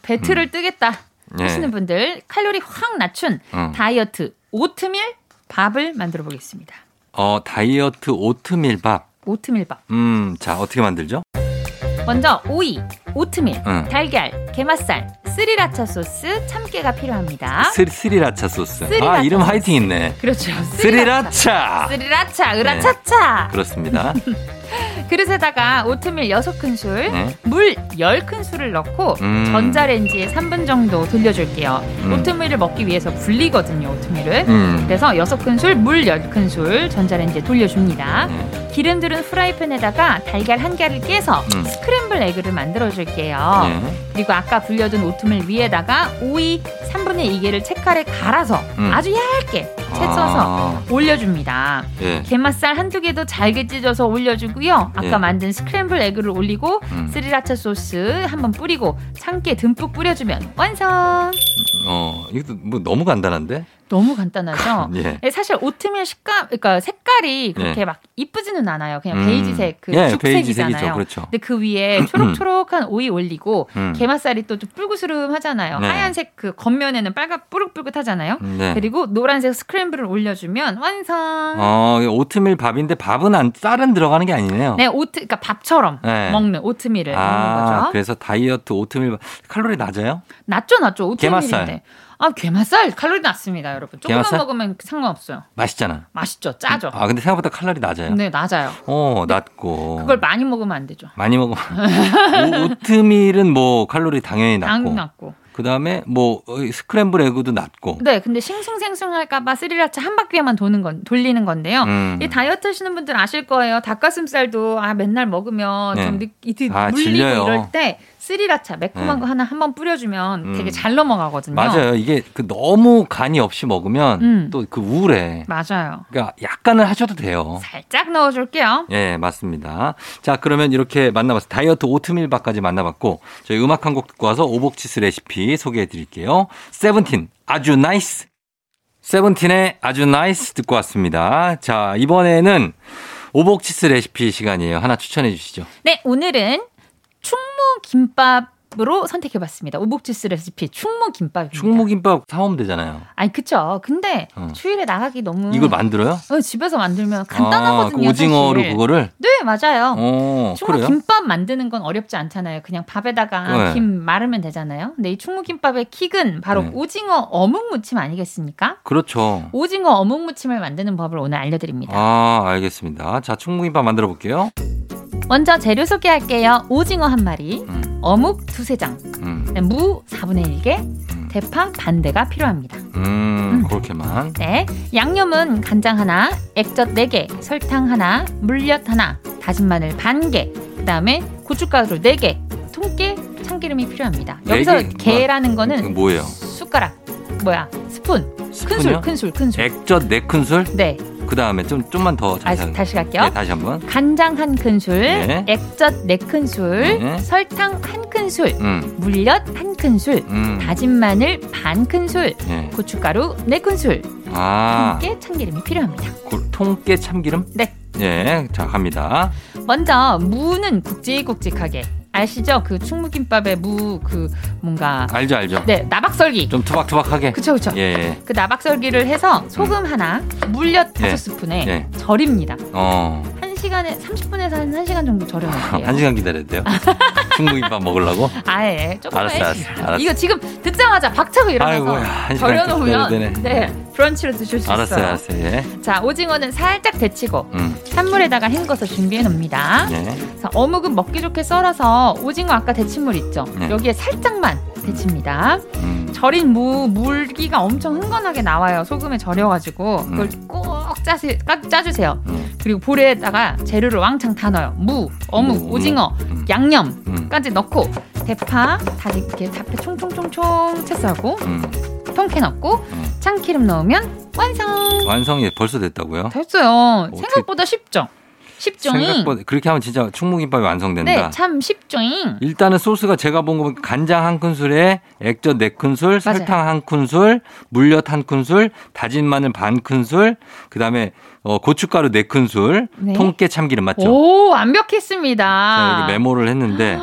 Speaker 3: 배틀을 뜨겠다
Speaker 1: 예.
Speaker 3: 하시는 분들 칼로리 확 낮춘
Speaker 1: 음.
Speaker 3: 다이어트 오트밀 밥을 만들어 보겠습니다.
Speaker 1: 어, 다이어트 오트밀 밥.
Speaker 3: 오트밀 밥.
Speaker 1: 음, 자, 어떻게 만들죠?
Speaker 3: 먼저 오이, 오트밀,
Speaker 1: 응.
Speaker 3: 달걀, 게맛살, 스리라차 소스, 참깨가 필요합니다.
Speaker 1: 스리, 스리라차 소스.
Speaker 3: 스리라차
Speaker 1: 아, 이름
Speaker 3: 아. 소스.
Speaker 1: 화이팅 있네.
Speaker 3: 그렇죠.
Speaker 1: 스리라차! 네.
Speaker 3: 스리라차, 으라차차.
Speaker 1: 그렇습니다.
Speaker 3: 그릇에다가 오트밀 6큰술,
Speaker 1: 네.
Speaker 3: 물 10큰술을 넣고
Speaker 1: 음.
Speaker 3: 전자레인지에 3분 정도 돌려줄게요.
Speaker 1: 음.
Speaker 3: 오트밀을 먹기 위해서 불리거든요, 오트밀을.
Speaker 1: 음.
Speaker 3: 그래서 6큰술, 물 10큰술 전자레인지에 돌려줍니다.
Speaker 1: 네.
Speaker 3: 기름 두른 프라이팬에다가 달걀 한 개를 깨서
Speaker 1: 음.
Speaker 3: 스크램블 에그를 만들어 줄게요.
Speaker 1: 네.
Speaker 3: 그리고 아까 불려둔 오트밀 위에다가 오이 3분의 2개를 채칼에 갈아서
Speaker 1: 음.
Speaker 3: 아주 얇게 채 써서
Speaker 1: 아,
Speaker 3: 올려줍니다.
Speaker 1: 예.
Speaker 3: 게맛살 한두 개도 잘게 찢어서 올려주고요. 아까
Speaker 1: 예.
Speaker 3: 만든 스크램블 에그를 올리고
Speaker 1: 음.
Speaker 3: 스리라차 소스 한번 뿌리고 참깨 듬뿍 뿌려주면 완성.
Speaker 1: 어, 이것도 뭐 너무 간단한데?
Speaker 3: 너무 간단하죠?
Speaker 1: 예.
Speaker 3: 예, 사실 오트밀 식감, 그러니까 색깔 색깔이 그렇게
Speaker 1: 예.
Speaker 3: 막 이쁘지는 않아요. 그냥
Speaker 1: 음.
Speaker 3: 베이지색 그
Speaker 1: 예,
Speaker 3: 죽색이잖아요.
Speaker 1: 베이지색이죠. 그렇죠.
Speaker 3: 근데 그 위에 초록초록한 오이 올리고
Speaker 1: 음.
Speaker 3: 게맛살이 또 좀 뿔구스름하잖아요.
Speaker 1: 네.
Speaker 3: 하얀색 그 겉면에는 빨갛 뿌룩뿌룩하잖아요.
Speaker 1: 네.
Speaker 3: 그리고 노란색 스크램블을 올려주면 완성.
Speaker 1: 어, 오트밀 밥인데 밥은 안 쌀은 들어가는 게 아니네요.
Speaker 3: 네, 오트 그러니까 밥처럼
Speaker 1: 네.
Speaker 3: 먹는 오트밀을 먹는
Speaker 1: 아,
Speaker 3: 거죠.
Speaker 1: 그래서 다이어트 오트밀 밥- 칼로리 낮아요?
Speaker 3: 낮죠, 낮죠.
Speaker 1: 게맛살.
Speaker 3: 오트밀인데. 아, 게맛살 칼로리 낮습니다, 여러분. 조금만
Speaker 1: 게맛살?
Speaker 3: 먹으면 상관없어요.
Speaker 1: 맛있잖아.
Speaker 3: 맛있죠, 짜죠.
Speaker 1: 아, 근데 생각보다 칼로리 낮아요.
Speaker 3: 네, 낮아요.
Speaker 1: 어, 낮고.
Speaker 3: 그걸 많이 먹으면 안 되죠.
Speaker 1: 많이 먹어. 오- 오트밀은 뭐 칼로리 당연히 낮고.
Speaker 3: 당 낮고.
Speaker 1: 그다음에 뭐 어, 스크램블 에그도 낮고.
Speaker 3: 네, 근데 싱숭생숭할까봐 스리라차 한 바퀴만 도는 건 돌리는 건데요.
Speaker 1: 음.
Speaker 3: 그렇죠. 이 다이어트 하시는 분들 아실 거예요. 닭가슴살도 아 맨날 먹으면
Speaker 1: 네.
Speaker 3: 좀 느, 이트
Speaker 1: 아,
Speaker 3: 물리고
Speaker 1: 질려요.
Speaker 3: 이럴 때 스리라차 매콤한
Speaker 1: 네.
Speaker 3: 거 하나 한번 뿌려주면
Speaker 1: 음.
Speaker 3: 되게 잘 넘어가거든요.
Speaker 1: 맞아요. 이게 그 너무 간이 없이 먹으면
Speaker 3: 음.
Speaker 1: 또 그 우울해.
Speaker 3: 맞아요.
Speaker 1: 그러니까 약간은 하셔도 돼요.
Speaker 3: 살짝 넣어줄게요.
Speaker 1: 예, 맞습니다. 자, 그러면 이렇게 만나봤어요. 다이어트 오트밀밥까지 만나봤고, 저희 음악 한 곡 듣고 와서 오복치스 레시피 소개해 드릴게요. 세븐틴, 아주 나이스! 세븐틴의 아주 나이스 듣고 왔습니다. 자, 이번에는 오복치스 레시피 시간이에요. 하나 추천해 주시죠.
Speaker 3: 네, 오늘은 충무 김밥으로 선택해봤습니다. 오복지스 레시피 충무 김밥입니다.
Speaker 1: 충무김밥 사오면 되잖아요.
Speaker 3: 아니 그쵸. 근데
Speaker 1: 어.
Speaker 3: 추위를 나가기 너무
Speaker 1: 이걸 만들어요?
Speaker 3: 어, 집에서 만들면
Speaker 1: 아, 그
Speaker 3: 간단하거든요.
Speaker 1: 오징어로
Speaker 3: 사실.
Speaker 1: 그거를?
Speaker 3: 네 맞아요.
Speaker 1: 어,
Speaker 3: 충무
Speaker 1: 그래요?
Speaker 3: 김밥 만드는 건 어렵지 않잖아요. 그냥 밥에다가
Speaker 1: 네.
Speaker 3: 김 마르면 되잖아요. 근데 이 충무 김밥의 킥은 바로
Speaker 1: 네.
Speaker 3: 오징어 어묵 무침 아니겠습니까?
Speaker 1: 그렇죠.
Speaker 3: 오징어 어묵 무침을 만드는 법을 오늘 알려드립니다.
Speaker 1: 아, 알겠습니다. 자, 충무김밥 만들어 볼게요.
Speaker 3: 먼저 재료 소개할게요. 오징어 한 마리,
Speaker 1: 음,
Speaker 3: 어묵 두세 장,
Speaker 1: 음,
Speaker 3: 네, 무 4분의 1개,
Speaker 1: 음.
Speaker 3: 대파 반대가 필요합니다.
Speaker 1: 음, 그렇게만.
Speaker 3: 네, 양념은 간장 하나, 액젓 4개, 설탕 하나, 물엿 하나, 다진 마늘 반 개, 그 다음에 고춧가루 4개, 통깨, 참기름이 필요합니다.
Speaker 1: 네
Speaker 3: 여기서
Speaker 1: 개?
Speaker 3: 개라는
Speaker 1: 이거
Speaker 3: 거는
Speaker 1: 뭐예요?
Speaker 3: 숟가락, 뭐야, 스푼, 큰술,
Speaker 1: 스푼이요?
Speaker 3: 큰술, 큰술.
Speaker 1: 액젓 네 큰술.
Speaker 3: 네,
Speaker 1: 그다음에 좀 좀만 더
Speaker 3: 아,
Speaker 1: 자세하게.
Speaker 3: 다시 갈게요.
Speaker 1: 네, 다시 한번.
Speaker 3: 간장 한 큰술,
Speaker 1: 네.
Speaker 3: 액젓 4큰술,
Speaker 1: 네.
Speaker 3: 설탕 한 큰술,
Speaker 1: 음.
Speaker 3: 물엿 한 큰술,
Speaker 1: 음.
Speaker 3: 다진 마늘 반 큰술,
Speaker 1: 예.
Speaker 3: 고춧가루 4큰술,
Speaker 1: 아,
Speaker 3: 통깨, 참기름이 필요합니다.
Speaker 1: 그 통깨 참기름?
Speaker 3: 네.
Speaker 1: 예. 자, 갑니다.
Speaker 3: 먼저 무는 굵직굵직하게 아시죠? 그 충무김밥의 무 그 뭔가
Speaker 1: 알죠, 알죠.
Speaker 3: 네 나박썰기
Speaker 1: 좀 투박투박하게.
Speaker 3: 그쵸 그쵸
Speaker 1: 예, 예.
Speaker 3: 그 나박썰기를 해서 소금 하나 물엿 다섯
Speaker 1: 예.
Speaker 3: 스푼에
Speaker 1: 예.
Speaker 3: 절입니다
Speaker 1: 어.
Speaker 3: 한 시간에 30분에서 한 1시간 정도
Speaker 1: 한
Speaker 3: 절여놓을게요
Speaker 1: 시간 기다려야 돼요. 충무김밥 먹으려고?
Speaker 3: 어, 아예 조금
Speaker 1: 알았어,
Speaker 3: 해주세요.
Speaker 1: 알았어, 알았어.
Speaker 3: 이거 지금 듣자마자 박차고
Speaker 1: 아이고야.
Speaker 3: 일어나서
Speaker 1: 한 시간 또 기다려야 되네.
Speaker 3: 절여놓으면 네 브런치로 드실 수
Speaker 1: 알았어요,
Speaker 3: 있어요
Speaker 1: 알았어요. 예.
Speaker 3: 자 오징어는 살짝 데치고
Speaker 1: 음.
Speaker 3: 찬물에다가 헹궈서 준비해 놓습니다
Speaker 1: 예.
Speaker 3: 자, 어묵은 먹기 좋게 썰어서 오징어 아까 데친 물 있죠?
Speaker 1: 네.
Speaker 3: 여기에 살짝만 데칩니다.
Speaker 1: 음.
Speaker 3: 절인 무 물기가 엄청 흥건하게 나와요. 소금에 절여가지고 그걸 꼭 짜세, 까- 짜주세요.
Speaker 1: 음.
Speaker 3: 그리고 보리에다가 재료를 왕창 다 넣어요. 무, 어묵,
Speaker 1: 무,
Speaker 3: 오징어,
Speaker 1: 음.
Speaker 3: 양념까지
Speaker 1: 음.
Speaker 3: 넣고 대파 다시 이렇게 대파 총총총총 채썰고
Speaker 1: 음.
Speaker 3: 통깨 넣고
Speaker 1: 음.
Speaker 3: 참기름 넣으면 완성.
Speaker 1: 완성이 벌써 됐다고요?
Speaker 3: 됐어요.
Speaker 1: 어떻게-
Speaker 3: 생각보다 쉽죠? 쉽죠잉.
Speaker 1: 생각보다 그렇게 하면 진짜 충무김밥이 완성된다.
Speaker 3: 네, 참 쉽죠잉.
Speaker 1: 일단은 소스가 제가 본 거 보니까 간장 한 큰술에 액젓 네 큰술, 설탕 한 큰술, 물엿 한 큰술, 다진 마늘 반 큰술, 그다음에 어, 고춧가루 네 큰술,
Speaker 3: 네.
Speaker 1: 통깨 참기름 맞죠?
Speaker 3: 오 아.
Speaker 1: 제가
Speaker 3: 완벽했습니다.
Speaker 1: 여기 메모를 했는데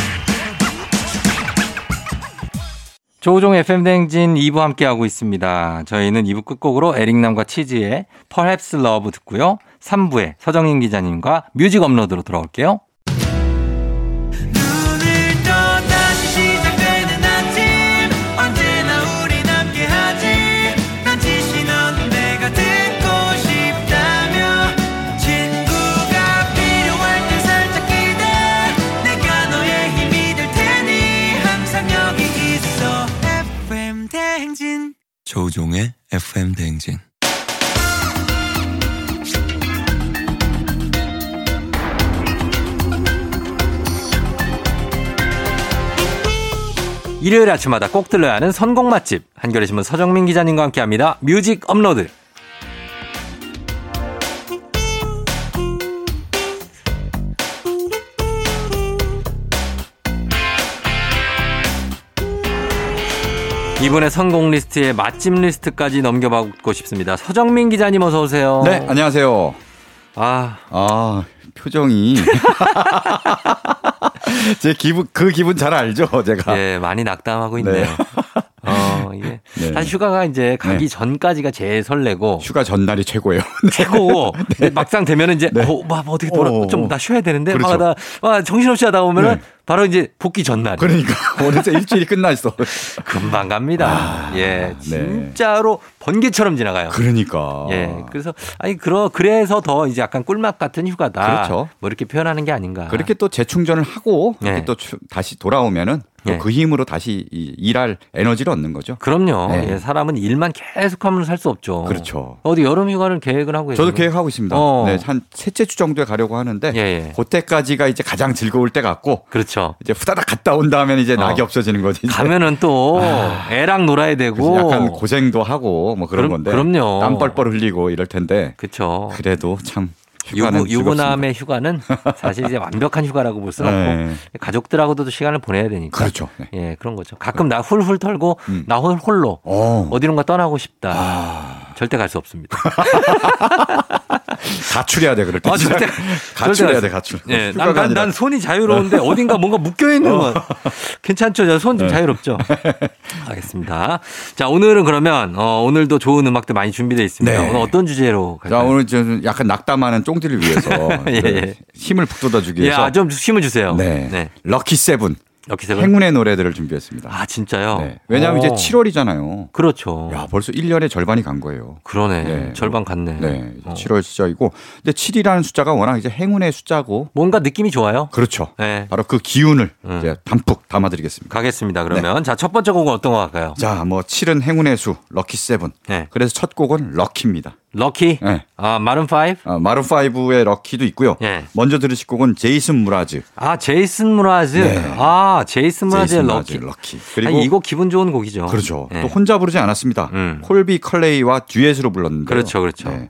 Speaker 1: 조우종 FM 대행진 2부 함께하고 있습니다. 저희는 2부 끝곡으로 에릭남과 치즈의 Perhaps Love 듣고요. 3부에 서정인 기자님과 뮤직 업로드로 돌아올게요.
Speaker 4: 오늘 또 다시 시작되는 아침 언제나 우린 함께하지 난 지시 넌 내가 듣고 싶다며 친구가 필요할 때 살짝 기대 내가 너의 힘이 될 테니 항상 여기 있어 FM 대행진
Speaker 5: 조우종의 FM 대행진.
Speaker 1: 일요일 아침마다 꼭 들러야 하는 선곡 맛집 한겨레신문 서정민 기자님과 함께합니다. 뮤직 업로드. 이번에 선곡 리스트에 맛집 리스트까지 넘겨받고 싶습니다. 서정민 기자님 어서 오세요.
Speaker 6: 네, 안녕하세요.
Speaker 1: 아,
Speaker 6: 아, 표정이. 제 기분, 그 기분 잘 알죠, 제가.
Speaker 1: 예, 많이 낙담하고 있네요. 어, 이게
Speaker 6: 네.
Speaker 1: 사실 휴가가 이제 가기
Speaker 6: 네.
Speaker 1: 전까지가 제일 설레고
Speaker 6: 휴가 전날이 최고예요.
Speaker 1: 최고고 근데 막상 되면은 이제
Speaker 6: 네.
Speaker 1: 어, 막 어떻게 돌아
Speaker 6: 어어.
Speaker 1: 좀 나 쉬어야 되는데
Speaker 6: 그렇죠.
Speaker 1: 막, 나, 와, 정신없이 하다 보면은
Speaker 6: 네.
Speaker 1: 바로 이제 복귀 전날
Speaker 6: 그러니까, 어느새 일주일이 끝났어.
Speaker 1: 금방 갑니다. 예,
Speaker 6: 네.
Speaker 1: 진짜로 번개처럼 지나가요.
Speaker 6: 그러니까.
Speaker 1: 예, 그래서 아니 그러 그래서 더 이제 약간 꿀맛 같은 휴가다.
Speaker 6: 그렇죠.
Speaker 1: 뭐 이렇게 표현하는 게 아닌가.
Speaker 6: 그렇게 또 재충전을 하고, 이렇게
Speaker 1: 네.
Speaker 6: 또 추- 다시 돌아오면은
Speaker 1: 네.
Speaker 6: 또 그 힘으로 다시 이- 일할 에너지를 얻는 거죠.
Speaker 1: 그럼요.
Speaker 6: 네.
Speaker 1: 예, 사람은 일만 계속하면 살 수 없죠.
Speaker 6: 그렇죠.
Speaker 1: 어디 여름 휴가를 계획을 하고
Speaker 6: 저도
Speaker 1: 계시나요?
Speaker 6: 계획하고 있습니다.
Speaker 1: 어.
Speaker 6: 네, 한 셋째 주 정도에 가려고 하는데,
Speaker 1: 예, 예.
Speaker 6: 그때까지가 이제 가장 즐거울 때 같고,
Speaker 1: 그렇죠.
Speaker 6: 이제 후다닥 갔다 온 다음에 이제 낙이
Speaker 1: 어.
Speaker 6: 없어지는 거지. 이제.
Speaker 1: 가면은 또 애랑 놀아야 되고
Speaker 6: 그래서 약간 고생도 하고 뭐 그런
Speaker 1: 그럼-
Speaker 6: 건데
Speaker 1: 그럼요.
Speaker 6: 땀 뻘뻘 흘리고 이럴 텐데
Speaker 1: 그렇죠.
Speaker 6: 그래도 참 휴가는
Speaker 1: 유부, 유부남의 휴가는 사실 이제 완벽한 휴가라고 볼 수는 없고
Speaker 6: 즐겁습니다. 네.
Speaker 1: 가족들하고도 시간을 보내야 되니까
Speaker 6: 그렇죠. 네.
Speaker 1: 예 그런 거죠 가끔 나 훌훌 털고
Speaker 6: 음.
Speaker 1: 나 홀- 홀로
Speaker 6: 어. 아.
Speaker 1: 어디론가 떠나고 싶다 절대 갈 수 없습니다
Speaker 6: 가출해야 돼 그럴 때.
Speaker 1: 아,
Speaker 6: 진짜.
Speaker 1: 절대- 절대
Speaker 6: 가출해야 돼
Speaker 1: 갈
Speaker 6: 가출.
Speaker 1: 예,
Speaker 6: 휴가가
Speaker 1: 난, 난,
Speaker 6: 아니라.
Speaker 1: 난 손이 자유로운데 어딘가 뭔가 묶여있는 건 괜찮죠 저 손 좀
Speaker 6: 네.
Speaker 1: 자유롭죠 알겠습니다 자 오늘은 그러면 어, 오늘도 좋은 음악들 많이 준비되어 있습니다
Speaker 6: 네.
Speaker 1: 오늘 어떤 주제로 갈까요
Speaker 6: 자 오늘 저는 약간 낙담하는 쫑디를 위해서
Speaker 1: 예,
Speaker 6: 그
Speaker 1: 예.
Speaker 6: 힘을 북돋아주기 위해서
Speaker 1: 예좀 힘을 주세요
Speaker 6: 네. 럭키 세븐
Speaker 1: 럭키 세븐
Speaker 6: 행운의 노래들을 준비했습니다.
Speaker 1: 아 어. 진짜요
Speaker 6: 네. 왜냐하면
Speaker 1: 오.
Speaker 6: 이제 7월이잖아요.
Speaker 1: 그렇죠
Speaker 6: 야 벌써 1년의 절반이 간 거예요.
Speaker 1: 그러네.
Speaker 6: 네.
Speaker 1: 절반 갔네.
Speaker 6: 네,
Speaker 1: 어.
Speaker 6: 7월 숫자이고, 근데 7이라는 숫자가 워낙 이제 행운의 숫자고,
Speaker 1: 뭔가 느낌이 좋아요.
Speaker 6: 그렇죠.
Speaker 1: 네.
Speaker 6: 바로 그 기운을
Speaker 1: 음.
Speaker 6: 이제 담뿍 담아드리겠습니다.
Speaker 1: 가겠습니다. 그러면
Speaker 6: 네.
Speaker 1: 자 첫 번째 곡은 어떤 거 할까요?
Speaker 6: 자, 뭐 7은 행운의 수, 럭키 세븐.
Speaker 1: 네.
Speaker 6: 그래서 첫 곡은 럭키입니다.
Speaker 1: 럭키.
Speaker 6: 네.
Speaker 1: 아 마룬 5.
Speaker 6: 아, 마룬 5의 럭키도 있고요.
Speaker 1: 네.
Speaker 6: 먼저 들으실 곡은 제이슨 무라즈.
Speaker 1: 아 제이슨 무라즈.
Speaker 6: 네.
Speaker 1: 아 제이슨 무라즈의 럭키.
Speaker 6: 제이슨 무라즈의 럭키.
Speaker 1: 그리고
Speaker 6: 그리고-
Speaker 1: 이거 기분 좋은 곡이죠.
Speaker 6: 그렇죠.
Speaker 1: 네.
Speaker 6: 또 혼자 부르지 않았습니다.
Speaker 1: 음.
Speaker 6: 콜비 컬레이와 듀엣으로 불렀는데.
Speaker 1: 그렇죠, 그렇죠. 네.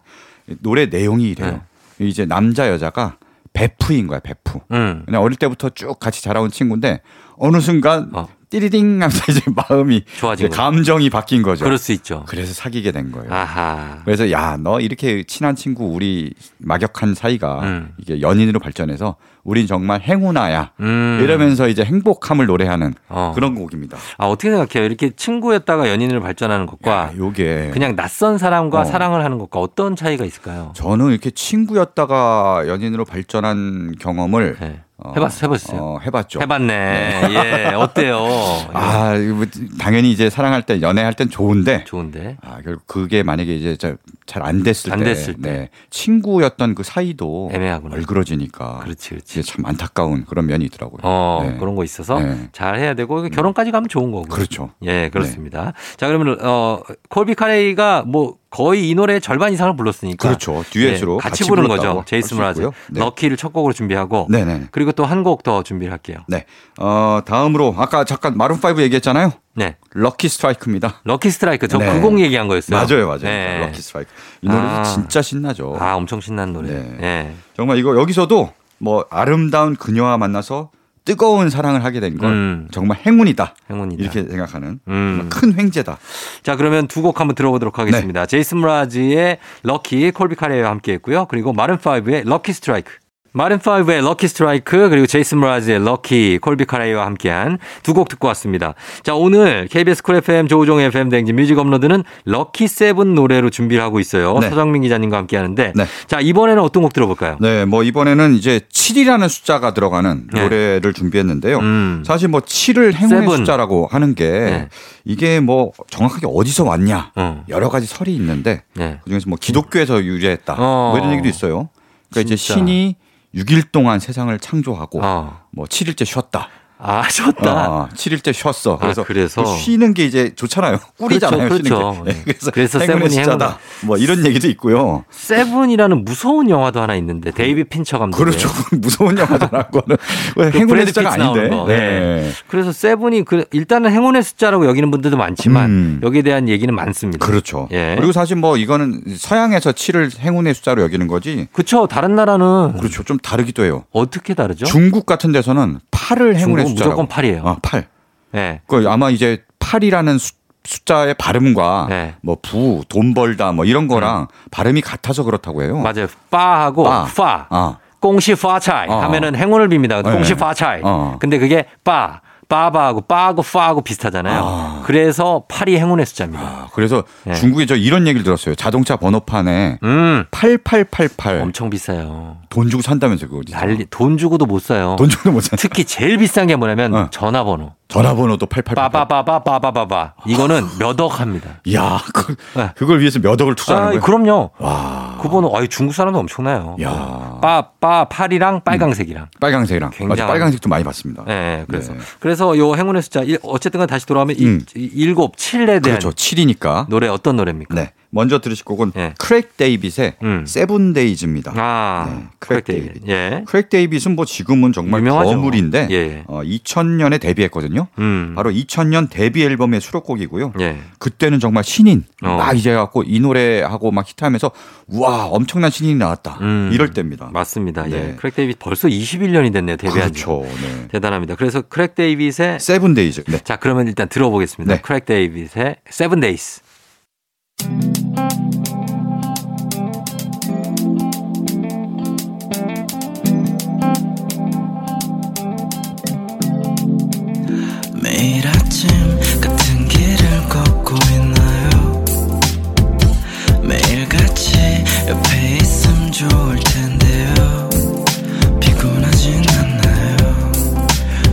Speaker 6: 노래 내용이 이래요. 이제 남자 여자가 베프인 거야, 베프.
Speaker 1: 음.
Speaker 6: 그냥 어릴 때부터 쭉 같이 자라온 친구인데 어느 순간
Speaker 1: 어.
Speaker 6: 띠리딩 하면서 이제 마음이
Speaker 1: 좋아진
Speaker 6: 이제
Speaker 1: 거죠.
Speaker 6: 감정이 바뀐 거죠.
Speaker 1: 그럴 수 있죠.
Speaker 6: 그래서 사귀게 된 거예요.
Speaker 1: 아하.
Speaker 6: 그래서 야 너 이렇게 친한 친구 우리 막역한 사이가
Speaker 1: 음.
Speaker 6: 이게 연인으로 발전해서 우린 정말 행운아야
Speaker 1: 음.
Speaker 6: 이러면서 이제 행복함을 노래하는
Speaker 1: 어.
Speaker 6: 그런 곡입니다.
Speaker 1: 아 어떻게 생각해요? 이렇게 친구였다가 연인으로 발전하는 것과
Speaker 6: 야, 아, 요게
Speaker 1: 그냥 낯선 사람과
Speaker 6: 어.
Speaker 1: 사랑을 하는 것과 어떤 차이가 있을까요?
Speaker 6: 저는 이렇게 친구였다가 연인으로 발전한 경험을
Speaker 1: 네.
Speaker 6: 어,
Speaker 1: 해봤- 해봤어요?
Speaker 6: 어, 해봤죠.
Speaker 1: 해봤네. 예. 어때요?
Speaker 6: 아 이거 뭐 당연히 이제 사랑할 때 연애할 땐 좋은데
Speaker 1: 예. 좋은데.
Speaker 6: 아 결국 그게 만약에 이제 잘 안 됐을
Speaker 1: 안
Speaker 6: 때
Speaker 1: 됐을 때.
Speaker 6: 네, 친구였던 그 사이도
Speaker 1: 애매하구나.
Speaker 6: 얼그러지니까
Speaker 1: 그렇지, 그렇지.
Speaker 4: 그렇지.
Speaker 6: 이게 참 안타까운 그런 면이 있더라고요.
Speaker 4: 어,
Speaker 6: 네.
Speaker 4: 그런 거 있어서
Speaker 6: 네.
Speaker 4: 잘 해야 되고 결혼까지 가면 좋은 거고.
Speaker 6: 그렇죠.
Speaker 4: 예, 그렇습니다. 자, 그러면 어 콜비 카레이가 뭐 거의 이 노래의 절반 이상을 불렀으니까
Speaker 6: 그렇죠. 듀엣으로
Speaker 4: 예,
Speaker 6: 같이,
Speaker 4: 같이, 부른
Speaker 6: 불렀다고
Speaker 4: 거죠.
Speaker 6: 할수
Speaker 4: 제이슨 브라즈.
Speaker 6: 있고요. 네.
Speaker 4: 럭키를 첫 곡으로 준비하고
Speaker 6: 네, 네.
Speaker 4: 그리고 또 한 곡 더 준비를 할게요.
Speaker 6: 네. 어, 다음으로 아까 잠깐 마룬 5 얘기했잖아요.
Speaker 4: 네.
Speaker 6: 럭키 스트라이크입니다.
Speaker 4: 럭키 스트라이크 저
Speaker 6: 네.
Speaker 4: 그 곡 얘기한 거였어요.
Speaker 6: 맞아요, 맞아요.
Speaker 4: 네.
Speaker 6: 럭키 스트라이크. 이 노래도
Speaker 4: 아.
Speaker 6: 진짜 신나죠.
Speaker 4: 아, 엄청 신난 노래.
Speaker 6: 네.
Speaker 4: 예.
Speaker 6: 정말 이거 여기서도 뭐 아름다운 그녀와 만나서 뜨거운 사랑을 하게 된 걸
Speaker 4: 음.
Speaker 6: 정말 행운이다.
Speaker 4: 행운이다.
Speaker 6: 이렇게 생각하는
Speaker 4: 음.
Speaker 6: 정말 큰 횡재다.
Speaker 4: 자, 그러면 두 곡 한번 들어보도록
Speaker 6: 네.
Speaker 4: 하겠습니다. 제이슨 브라지의 럭키 콜비 카레와 함께 했고요. 그리고 마른 파이브의 럭키 스트라이크. 마른 파이브의 럭키 스트라이크 그리고 제이슨 브라지의 럭키 콜비 카레와 함께한 두 곡 듣고 왔습니다. 자, 오늘 KBS 쿨 FM 조우종 FM 댕지 뮤직 업로드는 럭키 세븐 노래로 준비를 하고 있어요.
Speaker 6: 네.
Speaker 4: 서정민 기자님과 함께 하는데
Speaker 6: 네.
Speaker 4: 자, 이번에는 어떤 곡 들어볼까요?
Speaker 6: 네, 뭐 이번에는 이제 7이라는 숫자가 들어가는
Speaker 4: 네.
Speaker 6: 노래를 준비했는데요.
Speaker 4: 음.
Speaker 6: 사실 뭐 7을 행운의
Speaker 4: 세븐.
Speaker 6: 숫자라고 하는 게
Speaker 4: 네.
Speaker 6: 이게 뭐 정확하게 어디서 왔냐
Speaker 4: 어.
Speaker 6: 여러 가지 설이 있는데
Speaker 4: 네.
Speaker 6: 그중에서 뭐 기독교에서 유래했다
Speaker 4: 어.
Speaker 6: 뭐 이런 얘기도 있어요. 그러니까 이제
Speaker 4: 진짜.
Speaker 6: 신이 6일 동안 세상을 창조하고
Speaker 4: 어.
Speaker 6: 뭐 7일째 쉬었다.
Speaker 4: 아, 좋다.
Speaker 6: 어, 7일째 쉬었어. 그래서,
Speaker 4: 아, 그래서?
Speaker 6: 그 쉬는 게 이제 좋잖아요. 꿀이잖아요.
Speaker 4: 그렇죠,
Speaker 6: 쉬는
Speaker 4: 그렇죠.
Speaker 6: 게.
Speaker 4: 네.
Speaker 6: 그래서,
Speaker 4: 그래서
Speaker 6: 행운의
Speaker 4: 세븐이
Speaker 6: 숫자다. 뭐 이런 얘기도 있고요.
Speaker 4: 세븐이라는 무서운 영화도 하나 있는데 데이비 pincher 감독의
Speaker 6: 그렇죠. 무서운 영화잖아. 그거는 왜 행운의
Speaker 4: 네. 브래드
Speaker 6: 숫자가
Speaker 4: 피트 나오는
Speaker 6: 아닌데.
Speaker 4: 거. 네. 그래서 세븐이 그 일단은 행운의 숫자라고 여기는 분들도 많지만
Speaker 6: 음.
Speaker 4: 여기에 대한 얘기는 많습니다.
Speaker 6: 그렇죠.
Speaker 4: 예.
Speaker 6: 그리고 사실 뭐 이거는 서양에서 7을 행운의 숫자로 여기는 거지.
Speaker 4: 그쵸 다른 나라는
Speaker 6: 그렇죠. 좀 다르기도 해요.
Speaker 4: 어떻게 다르죠?
Speaker 6: 중국 같은 데서는 8을 행운의
Speaker 4: 중국은
Speaker 6: 숫자라고.
Speaker 4: 무조건 팔이에요.
Speaker 6: 아, 8.
Speaker 4: 예.
Speaker 6: 그 아마 이제 8이라는 숫자의 발음과
Speaker 4: 네.
Speaker 6: 뭐 부, 돈 벌다 뭐 이런 거랑 발음이 같아서 그렇다고 해요.
Speaker 4: 맞아요. 빠하고
Speaker 6: 빠.
Speaker 4: 파.
Speaker 6: 아.
Speaker 4: 공시 파차이
Speaker 6: 어.
Speaker 4: 하면은 행운을 빕니다.
Speaker 6: 네.
Speaker 4: 공시 파차이.
Speaker 6: 어.
Speaker 4: 근데 그게 빠. 빠바하고 빠하고 파하고 비슷하잖아요.
Speaker 6: 아.
Speaker 4: 그래서 팔이 행운의 숫자입니다.
Speaker 6: 아, 그래서
Speaker 4: 예.
Speaker 6: 중국에 저 이런 얘기를 들었어요. 자동차 번호판에
Speaker 4: 음.
Speaker 6: 8888
Speaker 4: 엄청 비싸요.
Speaker 6: 돈 주고 산다면서 그거 어디서.
Speaker 4: 난리 돈 주고도 못 사요.
Speaker 6: 아. 돈 주고도 못 산.
Speaker 4: 특히 제일 비싼 게 뭐냐면
Speaker 6: 어.
Speaker 4: 전화번호.
Speaker 6: 전화번호도 8888.
Speaker 4: 빠바바바바바바바. 이거는 몇 억 합니다.
Speaker 6: 야, 그,
Speaker 4: 네.
Speaker 6: 그걸 위해서 몇 억을 투자하는
Speaker 4: 아,
Speaker 6: 거예요?
Speaker 4: 그럼요.
Speaker 6: 와.
Speaker 4: 그 번호, 아이 중국 사람도 엄청나요.
Speaker 6: 야.
Speaker 4: 빠, 빠, 팔이랑 빨강색이랑.
Speaker 6: 빨강색이랑.
Speaker 4: 굉장한-
Speaker 6: 맞아, 빨강색도 많이 봤습니다.
Speaker 4: 예, 예, 그래서.
Speaker 6: 네.
Speaker 4: 그래서 요 행운의 숫자, 일- 어쨌든 간 다시 돌아오면 이-
Speaker 6: 음.
Speaker 4: 이 일곱, 칠에 대한
Speaker 6: 그렇죠. 7이니까.
Speaker 4: 노래 어떤 네. 노래입니까?
Speaker 6: 네. 먼저 들으실 곡은
Speaker 4: 예.
Speaker 6: 크랙 데이빗의
Speaker 4: 음.
Speaker 6: 세븐 데이즈입니다.
Speaker 4: 아,
Speaker 6: 네,
Speaker 4: 크랙
Speaker 6: 크랙
Speaker 4: 데이빗. 예.
Speaker 6: 크랙 데이빗은 뭐 지금은 정말
Speaker 4: 유명하죠.
Speaker 6: 거물인데
Speaker 4: 예, 예.
Speaker 6: 어, 2000년에 데뷔했거든요.
Speaker 4: 음.
Speaker 6: 바로 2000년 데뷔 앨범의 수록곡이고요.
Speaker 4: 예.
Speaker 6: 그때는 정말 신인
Speaker 4: 어.
Speaker 6: 막 이제 갖고 이 노래하고 막 히트하면서 와 엄청난 신인이 나왔다
Speaker 4: 음.
Speaker 6: 이럴 때입니다.
Speaker 4: 맞습니다. 예.
Speaker 6: 네.
Speaker 4: 크랙 데이빗 벌써 21년이 됐네요. 데뷔한 지.
Speaker 6: 그렇죠. 네.
Speaker 4: 대단합니다. 그래서 크랙 데이빗의
Speaker 6: 세븐 데이즈. 네.
Speaker 4: 자, 그러면 일단 들어보겠습니다.
Speaker 6: 네.
Speaker 4: 크랙 데이빗의 세븐 데이스.
Speaker 7: 매일 아침 같은 길을 걷고 있나요 매일 같이 옆에 있음 좋을 텐데요 피곤하진 않나요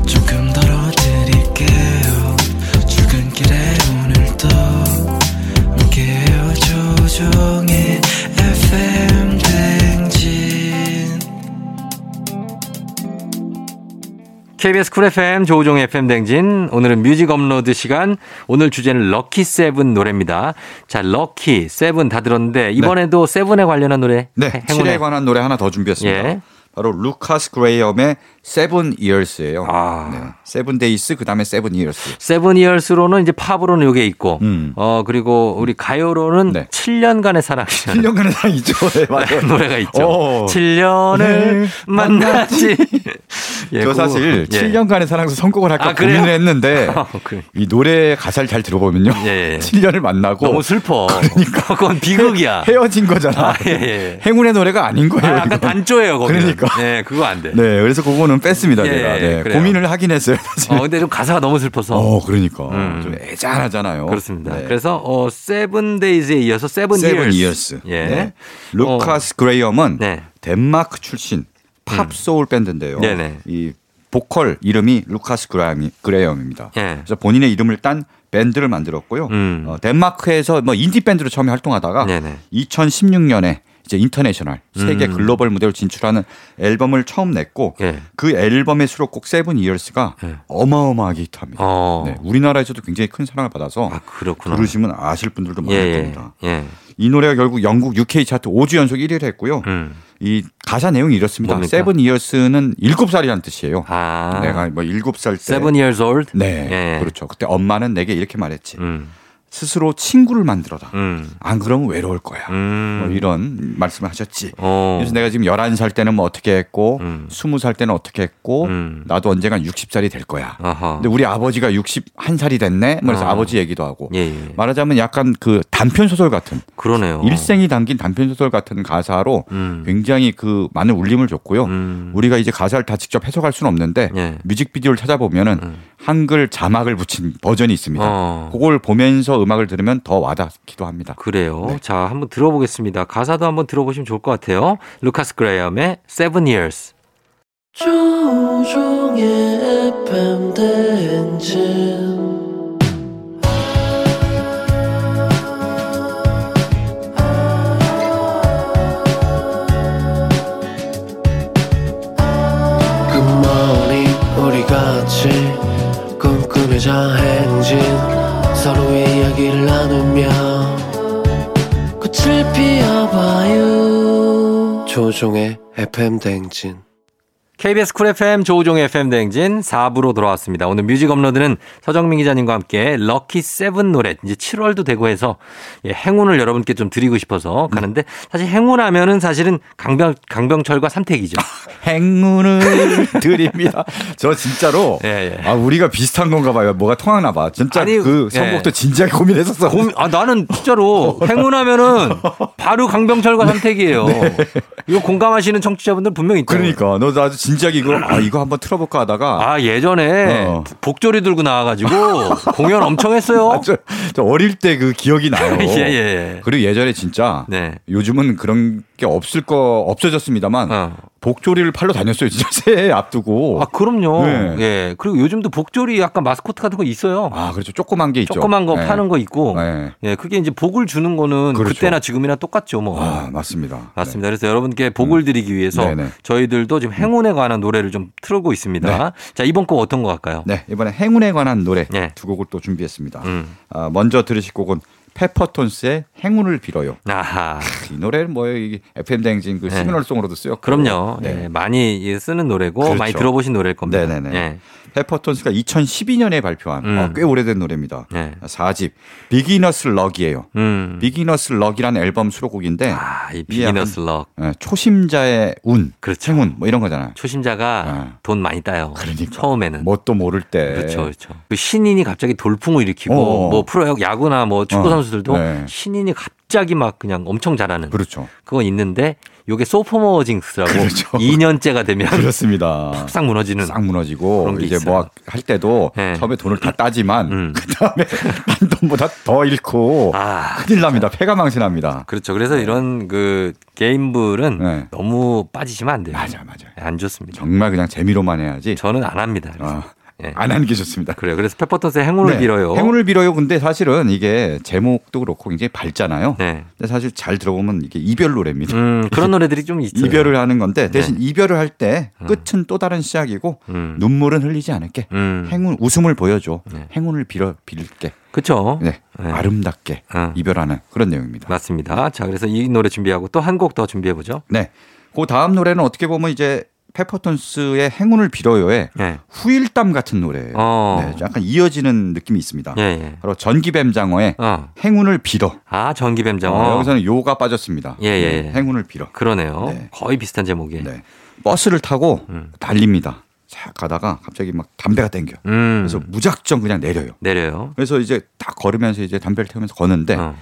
Speaker 7: 조금 덜어드릴게요 출근길에 오늘도 함께해요 조종의 FM 댕진
Speaker 4: KBS 쿨 FM 조우종 FM 댕진 오늘은 뮤직 업로드 시간 오늘 주제는 럭키 세븐 노래입니다. 자 럭키 세븐 다 들었는데 이번에도 세븐에 관련한 노래
Speaker 6: 네.
Speaker 4: 해- 행운의-
Speaker 6: 7에 관한 노래 하나 더 준비했습니다.
Speaker 4: 예.
Speaker 6: 바로 루카스 그레이엄의 세븐 이어스예요.
Speaker 4: 아.
Speaker 6: 네. 세븐 데이스 그다음에 세븐 이어스.
Speaker 4: 세븐 이얼스로는 이제 팝으로는 요게 있고
Speaker 6: 음.
Speaker 4: 어 그리고 우리 가요로는
Speaker 6: 네.
Speaker 4: 7년간의 사랑이라는
Speaker 6: 1년간의 사이죠. 네, 맞아요.
Speaker 4: 노래가 있죠.
Speaker 6: 어.
Speaker 4: 7년을
Speaker 6: 네,
Speaker 4: 만났지. 예,
Speaker 6: 저
Speaker 4: 그거-
Speaker 6: 사실
Speaker 4: 예.
Speaker 6: 7년간의 사랑에서 선곡을 할까
Speaker 4: 아, 그래요?
Speaker 6: 고민을 했는데
Speaker 4: 아, 그래.
Speaker 6: 이 노래 가사를 잘 들어보면요.
Speaker 4: 예, 예.
Speaker 6: 7년을 만나고
Speaker 4: 너무 슬퍼. 그러니까 그건 비극이야.
Speaker 6: 헤어진 거잖아.
Speaker 4: 아, 예, 예.
Speaker 6: 행운의 노래가 아닌 거예요.
Speaker 4: 아, 약간
Speaker 6: 이거.
Speaker 4: 단조예요, 거기.
Speaker 6: 그러니까.
Speaker 4: 네, 그거 안 돼.
Speaker 6: 네, 그래서 그거는 뺐습니다.
Speaker 4: 예,
Speaker 6: 제가. 네,
Speaker 4: 그래요.
Speaker 6: 고민을 하긴 했어요. 사실.
Speaker 4: 어, 근데 좀 가사가 너무 슬퍼서.
Speaker 6: 어, 그러니까
Speaker 4: 음.
Speaker 6: 좀 애잔하잖아요.
Speaker 4: 그렇습니다.
Speaker 6: 네.
Speaker 4: 그래서 어 세븐 데이즈에 이어서 세븐
Speaker 6: 세븐
Speaker 4: 이어스.
Speaker 6: 이어스.
Speaker 4: 예.
Speaker 6: 네. 루카스 그레이엄은
Speaker 4: 네. 음.
Speaker 6: 덴마크 출신 팝 소울 밴드인데요.
Speaker 4: 네네.
Speaker 6: 이 보컬 이름이 루카스 그레이엄이, 그레이엄입니다.
Speaker 4: 예.
Speaker 6: 그래서 본인의 이름을 딴 밴드를 만들었고요.
Speaker 4: 음.
Speaker 6: 어, 덴마크에서 뭐 인디 밴드로 처음에 활동하다가
Speaker 4: 네네.
Speaker 6: 2016년에 이제 인터내셔널 세계
Speaker 4: 음.
Speaker 6: 글로벌 무대로 진출하는 앨범을 처음 냈고
Speaker 4: 예.
Speaker 6: 그 앨범의 수록곡 세븐 이어스가
Speaker 4: 예.
Speaker 6: 어마어마하게 히트합니다.
Speaker 4: 어.
Speaker 6: 네, 우리나라에서도 굉장히 큰 사랑을 받아서
Speaker 4: 아, 그렇구나.
Speaker 6: 부르시면 아실 분들도 많을
Speaker 4: 예,
Speaker 6: 겁니다.
Speaker 4: 예. 예.
Speaker 6: 이 노래가 결국 영국 UK 차트 5주 연속 1위를 했고요.
Speaker 4: 음.
Speaker 6: 이 가사 내용이 이렇습니다.
Speaker 4: 뭡니까?
Speaker 6: 세븐 이어스는 일곱 살이라는 뜻이에요.
Speaker 4: 아.
Speaker 6: 내가 뭐 일곱 살 때.
Speaker 4: seven years old?
Speaker 6: 네,
Speaker 4: 예.
Speaker 6: 그렇죠. 그때 엄마는 내게 이렇게 말했지.
Speaker 4: 음.
Speaker 6: 스스로 친구를 만들어라.
Speaker 4: 음.
Speaker 6: 안 그러면 외로울 거야.
Speaker 4: 음.
Speaker 6: 뭐 이런 말씀을 하셨지.
Speaker 4: 어.
Speaker 6: 그래서 내가 지금 11살 때는 뭐 어떻게 했고,
Speaker 4: 음.
Speaker 6: 스 20살 때는 어떻게 했고,
Speaker 4: 음. 어.
Speaker 6: 나도 언젠간 60살이 될 거야.
Speaker 4: 아하.
Speaker 6: 근데 우리 아버지가 61살이 됐네? 뭐 그래서
Speaker 4: 아.
Speaker 6: 아버지 얘기도 하고.
Speaker 4: 예, 예.
Speaker 6: 말하자면 약간 그 단편소설 같은
Speaker 4: 그러네요.
Speaker 6: 일생이 담긴 단편소설 같은 가사로
Speaker 4: 어. 음.
Speaker 6: 굉장히 그 많은 울림을 줬고요.
Speaker 4: 음.
Speaker 6: 우리가 이제 가사를 다 직접 해석할 수는 없는데
Speaker 4: 예. 음.
Speaker 6: 뮤직비디오를 찾아보면은 한글 자막을 붙인 버전이 있습니다.
Speaker 4: 어.
Speaker 6: 그걸 보면서 음악을 들으면 더 와닿기도 합니다.
Speaker 4: 그래요.
Speaker 6: 네.
Speaker 4: 자, 한번 들어보겠습니다. 가사도 한번 들어보시면 좋을 것 같아요. 루카스 그레이엄의 Seven Years.
Speaker 7: 조종의 FM 대행진 끝머리 우리 같이 꿈꾸는 자행진 서로의 이야기를 나누며 꽃을 피워봐요 조종의 FM 대행진
Speaker 4: KBS 쿨 FM 조우종의 FM 대행진 4부로 돌아왔습니다. 오늘 뮤직 업로드는 서정민 기자님과 함께 럭키 세븐 노래 이제 7월도 되고 해서 예, 행운을 여러분께 좀 드리고 싶어서 가는데 사실 행운하면은 사실은 강병 강병철과 삼택이죠.
Speaker 6: 행운을 드립니다. 저 진짜로
Speaker 4: 예, 예.
Speaker 6: 아 우리가 비슷한 건가 봐요. 뭐가 통하나 봐. 진짜
Speaker 4: 아니,
Speaker 6: 그
Speaker 4: 예.
Speaker 6: 선곡도 진지하게 고민했었어.
Speaker 4: 고민- 아 나는 진짜로 행운하면은 바로 강병철과 삼택이에요. 이거 공감하시는 청취자분들 분명히 있죠.
Speaker 6: 그러니까 너 아주 진지하게 이거 아 이거 한번 틀어볼까 하다가
Speaker 4: 아 예전에
Speaker 6: 어.
Speaker 4: 복조리 들고 나와가지고 공연 엄청 했어요.
Speaker 6: 저, 저 어릴 때 그 기억이 나요.
Speaker 4: 예, 예, 예.
Speaker 6: 그리고 예전에 진짜
Speaker 4: 네.
Speaker 6: 요즘은 그런 게 없을 거 없어졌습니다만
Speaker 4: 어.
Speaker 6: 복조리를 팔러 다녔어요. 진짜 새해 앞두고.
Speaker 4: 아
Speaker 6: 아,
Speaker 4: 그럼요.
Speaker 6: 네.
Speaker 4: 예. 그리고 요즘도 복조리 약간 마스코트 같은 거 있어요.
Speaker 6: 그렇죠. 조그만 게 있죠.
Speaker 4: 조그만 거
Speaker 6: 네.
Speaker 4: 파는 거 있고.
Speaker 6: 네.
Speaker 4: 예. 그게 이제 복을 주는 거는 그
Speaker 6: 그렇죠.
Speaker 4: 때나 지금이나 똑같죠, 뭐.
Speaker 6: 아, 맞습니다.
Speaker 4: 맞습니다. 그래서 여러분께 복을 드리기 위해서
Speaker 6: 네네. 음.
Speaker 4: 저희들도 지금 행운에 관한 노래를 좀 틀고 있습니다. 자, 이번 곡 어떤 거 할까요?
Speaker 6: 네. 네, 이번에 행운에 관한 노래
Speaker 4: 네.
Speaker 6: 두 곡을 또 준비했습니다.
Speaker 4: 음.
Speaker 6: 아, 먼저 들으실 곡은 페퍼톤스의 행운을 빌어요.
Speaker 4: 아하.
Speaker 6: 이 노래는 뭐예요? 이 FM 대행진 그
Speaker 4: 네.
Speaker 6: 시그널송으로도 쓰였고.
Speaker 4: 그럼요.
Speaker 6: 네.
Speaker 4: 예, 많이 예, 쓰는 노래고
Speaker 6: 그렇죠.
Speaker 4: 많이 들어보신 노래일 겁니다.
Speaker 6: 네네네.
Speaker 4: 예.
Speaker 6: 페퍼톤스가 2012년에 발표한
Speaker 4: 음.
Speaker 6: 어, 꽤 오래된 노래입니다.
Speaker 4: 네.
Speaker 6: 4집 비기너스 럭이에요.
Speaker 4: 음.
Speaker 6: 비기너스 럭이라는 앨범 수록곡인데
Speaker 4: 아, 이
Speaker 6: 이게 약간-
Speaker 4: 비기너스 럭.
Speaker 6: 예, 초심자의 운,
Speaker 4: 그렇죠.
Speaker 6: 행운 뭐 이런 거잖아요.
Speaker 4: 초심자가
Speaker 6: 아.
Speaker 4: 돈 많이 따요.
Speaker 6: 그러니까.
Speaker 4: 처음에는.
Speaker 6: 뭣도 모를 때.
Speaker 4: 네. 그렇죠, 그렇죠. 그 신인이 갑자기 돌풍을 일으키고
Speaker 6: 네. 어.
Speaker 4: 뭐 프로 야구나 뭐 축구
Speaker 6: 어,
Speaker 4: 선수들도
Speaker 6: 네.
Speaker 4: 신인이 갑자기 막 그냥 엄청 잘하는
Speaker 6: 그렇죠.
Speaker 4: 그건 있는데 요게 소포머 징스라고
Speaker 6: 그렇죠.
Speaker 4: 2년째가 되면
Speaker 6: 그렇습니다.
Speaker 4: 싹 무너지는
Speaker 6: 싹 무너지고
Speaker 4: 그런 게
Speaker 6: 이제
Speaker 4: 있어요.
Speaker 6: 뭐 할 때도
Speaker 4: 네.
Speaker 6: 처음에 돈을 다 따지만
Speaker 4: 음.
Speaker 6: 그다음에 딴 돈보다 더 잃고
Speaker 4: 아.
Speaker 6: 큰일 납니다. 폐가 망신합니다.
Speaker 4: 그렇죠. 그래서 이런 그 게임불은
Speaker 6: 네.
Speaker 4: 너무 빠지시면 안 돼요.
Speaker 6: 맞아 맞아.
Speaker 4: 안 좋습니다.
Speaker 6: 정말 그냥 재미로만 해야지.
Speaker 4: 네. 저는 안 합니다.
Speaker 6: 아,
Speaker 4: 예.
Speaker 6: 안 하는 게 좋습니다.
Speaker 4: 그래요. 그래서 페퍼톤스의 행운을
Speaker 6: 네.
Speaker 4: 빌어요.
Speaker 6: 행운을 빌어요. 근데 사실은 이게 제목도 그렇고 굉장히 밝잖아요.
Speaker 4: 네.
Speaker 6: 근데 사실 잘 들어보면 이게 이별 노래입니다.
Speaker 4: 음, 그런 노래들이 좀 있어요.
Speaker 6: 이별을 하는 건데 대신 이별을 할 때 끝은 또 다른 시작이고
Speaker 4: 네. 음.
Speaker 6: 눈물은 흘리지 않을게.
Speaker 4: 음. 네.
Speaker 6: 행운 웃음을 보여줘. 행운을 빌어 빌게.
Speaker 4: 그렇죠.
Speaker 6: 네. 아름답게
Speaker 4: 어.
Speaker 6: 이별하는 그런 내용입니다.
Speaker 4: 맞습니다. 자, 그래서 이 노래 준비하고 또 한 곡 더 준비해 보죠.
Speaker 6: 네. 그 다음 노래는 어떻게 보면 이제 페퍼톤스의 행운을 빌어요의
Speaker 4: 예.
Speaker 6: 후일담 같은 노래예요.
Speaker 4: 어.
Speaker 6: 네, 약간 이어지는 느낌이 있습니다.
Speaker 4: 예, 예.
Speaker 6: 바로 전기뱀장어의
Speaker 4: 어.
Speaker 6: 행운을 빌어.
Speaker 4: 아, 전기뱀장어.
Speaker 6: 어, 여기서는 요가 빠졌습니다. 네,
Speaker 4: 예, 예, 예.
Speaker 6: 행운을 빌어.
Speaker 4: 그러네요.
Speaker 6: 네.
Speaker 4: 거의 비슷한 제목이에요.
Speaker 6: 네. 버스를 타고
Speaker 4: 예. 음.
Speaker 6: 달립니다. 쫙 가다가 갑자기 막 담배가 땡겨.
Speaker 4: 음.
Speaker 6: 그래서 무작정 그냥 내려요.
Speaker 4: 내려요.
Speaker 6: 그래서 이제 딱 걸으면서 이제 담배를 태우면서 걷는데
Speaker 4: 어.